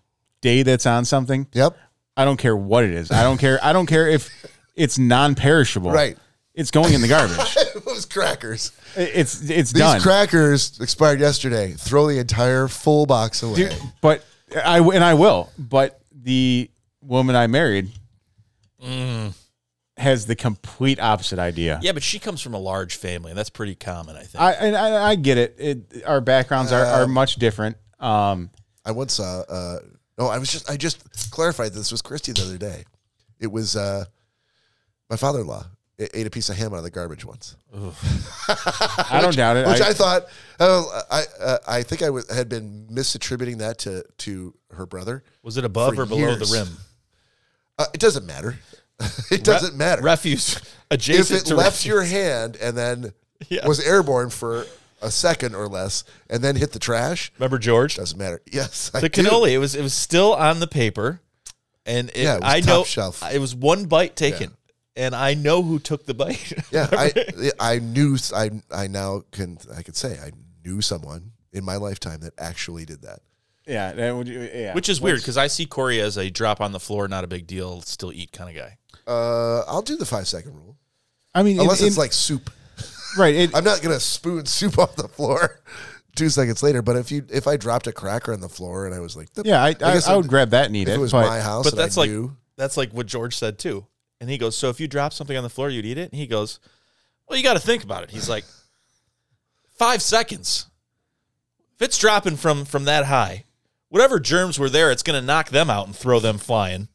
S3: day that's on something,
S1: yep,
S3: I don't care what it is. I don't care. I don't care if it's non-perishable.
S1: right.
S3: It's going in the garbage.
S1: Those crackers.
S3: it's it's
S1: These
S3: done.
S1: crackers expired yesterday. Throw the entire full box away.
S3: Dude, but I and I will. But the woman I married has the complete opposite idea.
S2: Mm. Yeah, but she comes from a large family, and that's pretty common, I think.
S3: I and I, I get it. it. Our backgrounds are,
S1: Uh,
S3: are much different. Um,
S1: I once saw. Uh, no, I was just. I just clarified this was Christy the other day. It was uh, my father-in-law a- ate a piece of ham out of the garbage once,
S3: I don't doubt it.
S1: which I,
S3: I,
S1: thought. Oh, I uh, I think I was, had been misattributing that to to her brother.
S2: Was it above
S1: For
S2: or below
S1: years.
S2: the rim?
S1: Uh, it doesn't matter. it doesn't matter.
S2: Refuse
S1: if
S2: adjacent
S1: it
S2: to
S1: left
S2: refuse.
S1: your hand and then
S2: Yeah.
S1: was airborne for a second or less and then hit the trash,
S2: Remember George?
S1: doesn't matter. Yes, I
S2: The
S1: do.
S2: cannoli. It was it was still on the paper, and it,
S1: Yeah, it was
S2: I
S1: top
S2: know
S1: shelf.
S2: it was one bite taken, and I know who took the bite.
S1: Yeah, I I knew I I now can I could say I knew someone in my lifetime that actually did that.
S3: yeah, that would you- yeah.
S2: Which is weird because I see Corey as a drop on the floor, not a big deal, still eat kind of guy.
S1: Uh, I'll do the five second rule
S3: I mean,
S1: unless
S3: in-
S1: it's
S3: in-
S1: like soup.
S3: right. It,
S1: I'm not gonna spoon soup off the floor two seconds later. But if you if I dropped a cracker on the floor and I was like,
S3: yeah, I I,
S1: guess
S3: I, would grab that and eat
S1: if
S3: it.
S1: it was
S3: but
S1: my house,
S2: But
S1: and I
S2: that's like
S1: knew-
S2: that's like what George said too. And he goes, "So if you drop something on the floor, you'd eat it." And he goes, "Well, you got to think about it." He's like, five seconds. If it's dropping from from that high, whatever germs were there, it's going to knock them out and throw them flying.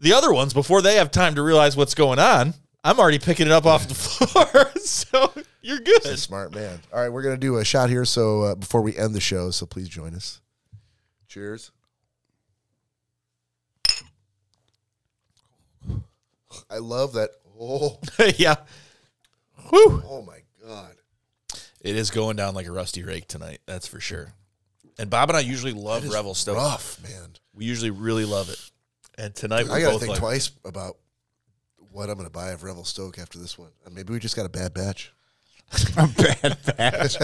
S2: The other ones, before they have time to realize what's going on, I'm already picking it up off the floor. so you're good.
S1: Smart man. All right, we're gonna do a shot here. So uh, before we end the show, so please join us. Cheers. I love that. Oh,
S2: yeah,
S1: oh my god.
S2: it is going down like a rusty rake tonight. That's for sure. And Bob and I usually love Revel Stoke.
S1: Rough man.
S2: We usually really love it. And tonight
S1: I
S2: we're
S1: got to
S2: both
S1: think
S2: like,
S1: twice about what I'm going to buy of Revel Stoke after this one. Uh, Maybe we just got a bad batch.
S3: A bad batch.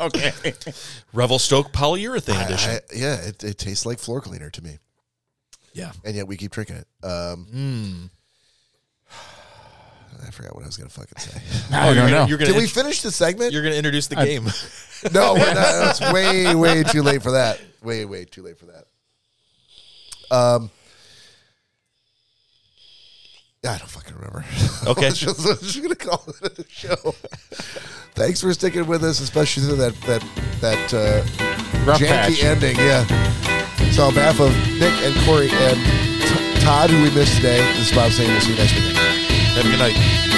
S3: okay.
S2: Revel Stoke polyurethane
S1: I-
S2: edition.
S1: I- yeah, it, it tastes like floor cleaner to me,
S2: yeah. Hmm.
S1: and yet we keep drinking it. Um, I forgot what I was going to fucking say.
S3: I don't know.
S2: Oh, You're gonna
S1: Did we
S2: int-
S1: finish the segment?
S2: you're gonna introduce the game.
S1: No, we're not. It's way, way too late for that. Way, way too late for that. Um, I don't fucking remember.
S2: Okay.
S1: Let's just, let's just gonna call it a show. Thanks for sticking with us, especially through that that that uh,
S3: Rough
S1: janky
S3: patch.
S1: ending. Yeah. So on behalf of Nick and Corey and T- Todd, who we missed today, this is Bob saying we'll see you next week.
S2: Have a good night.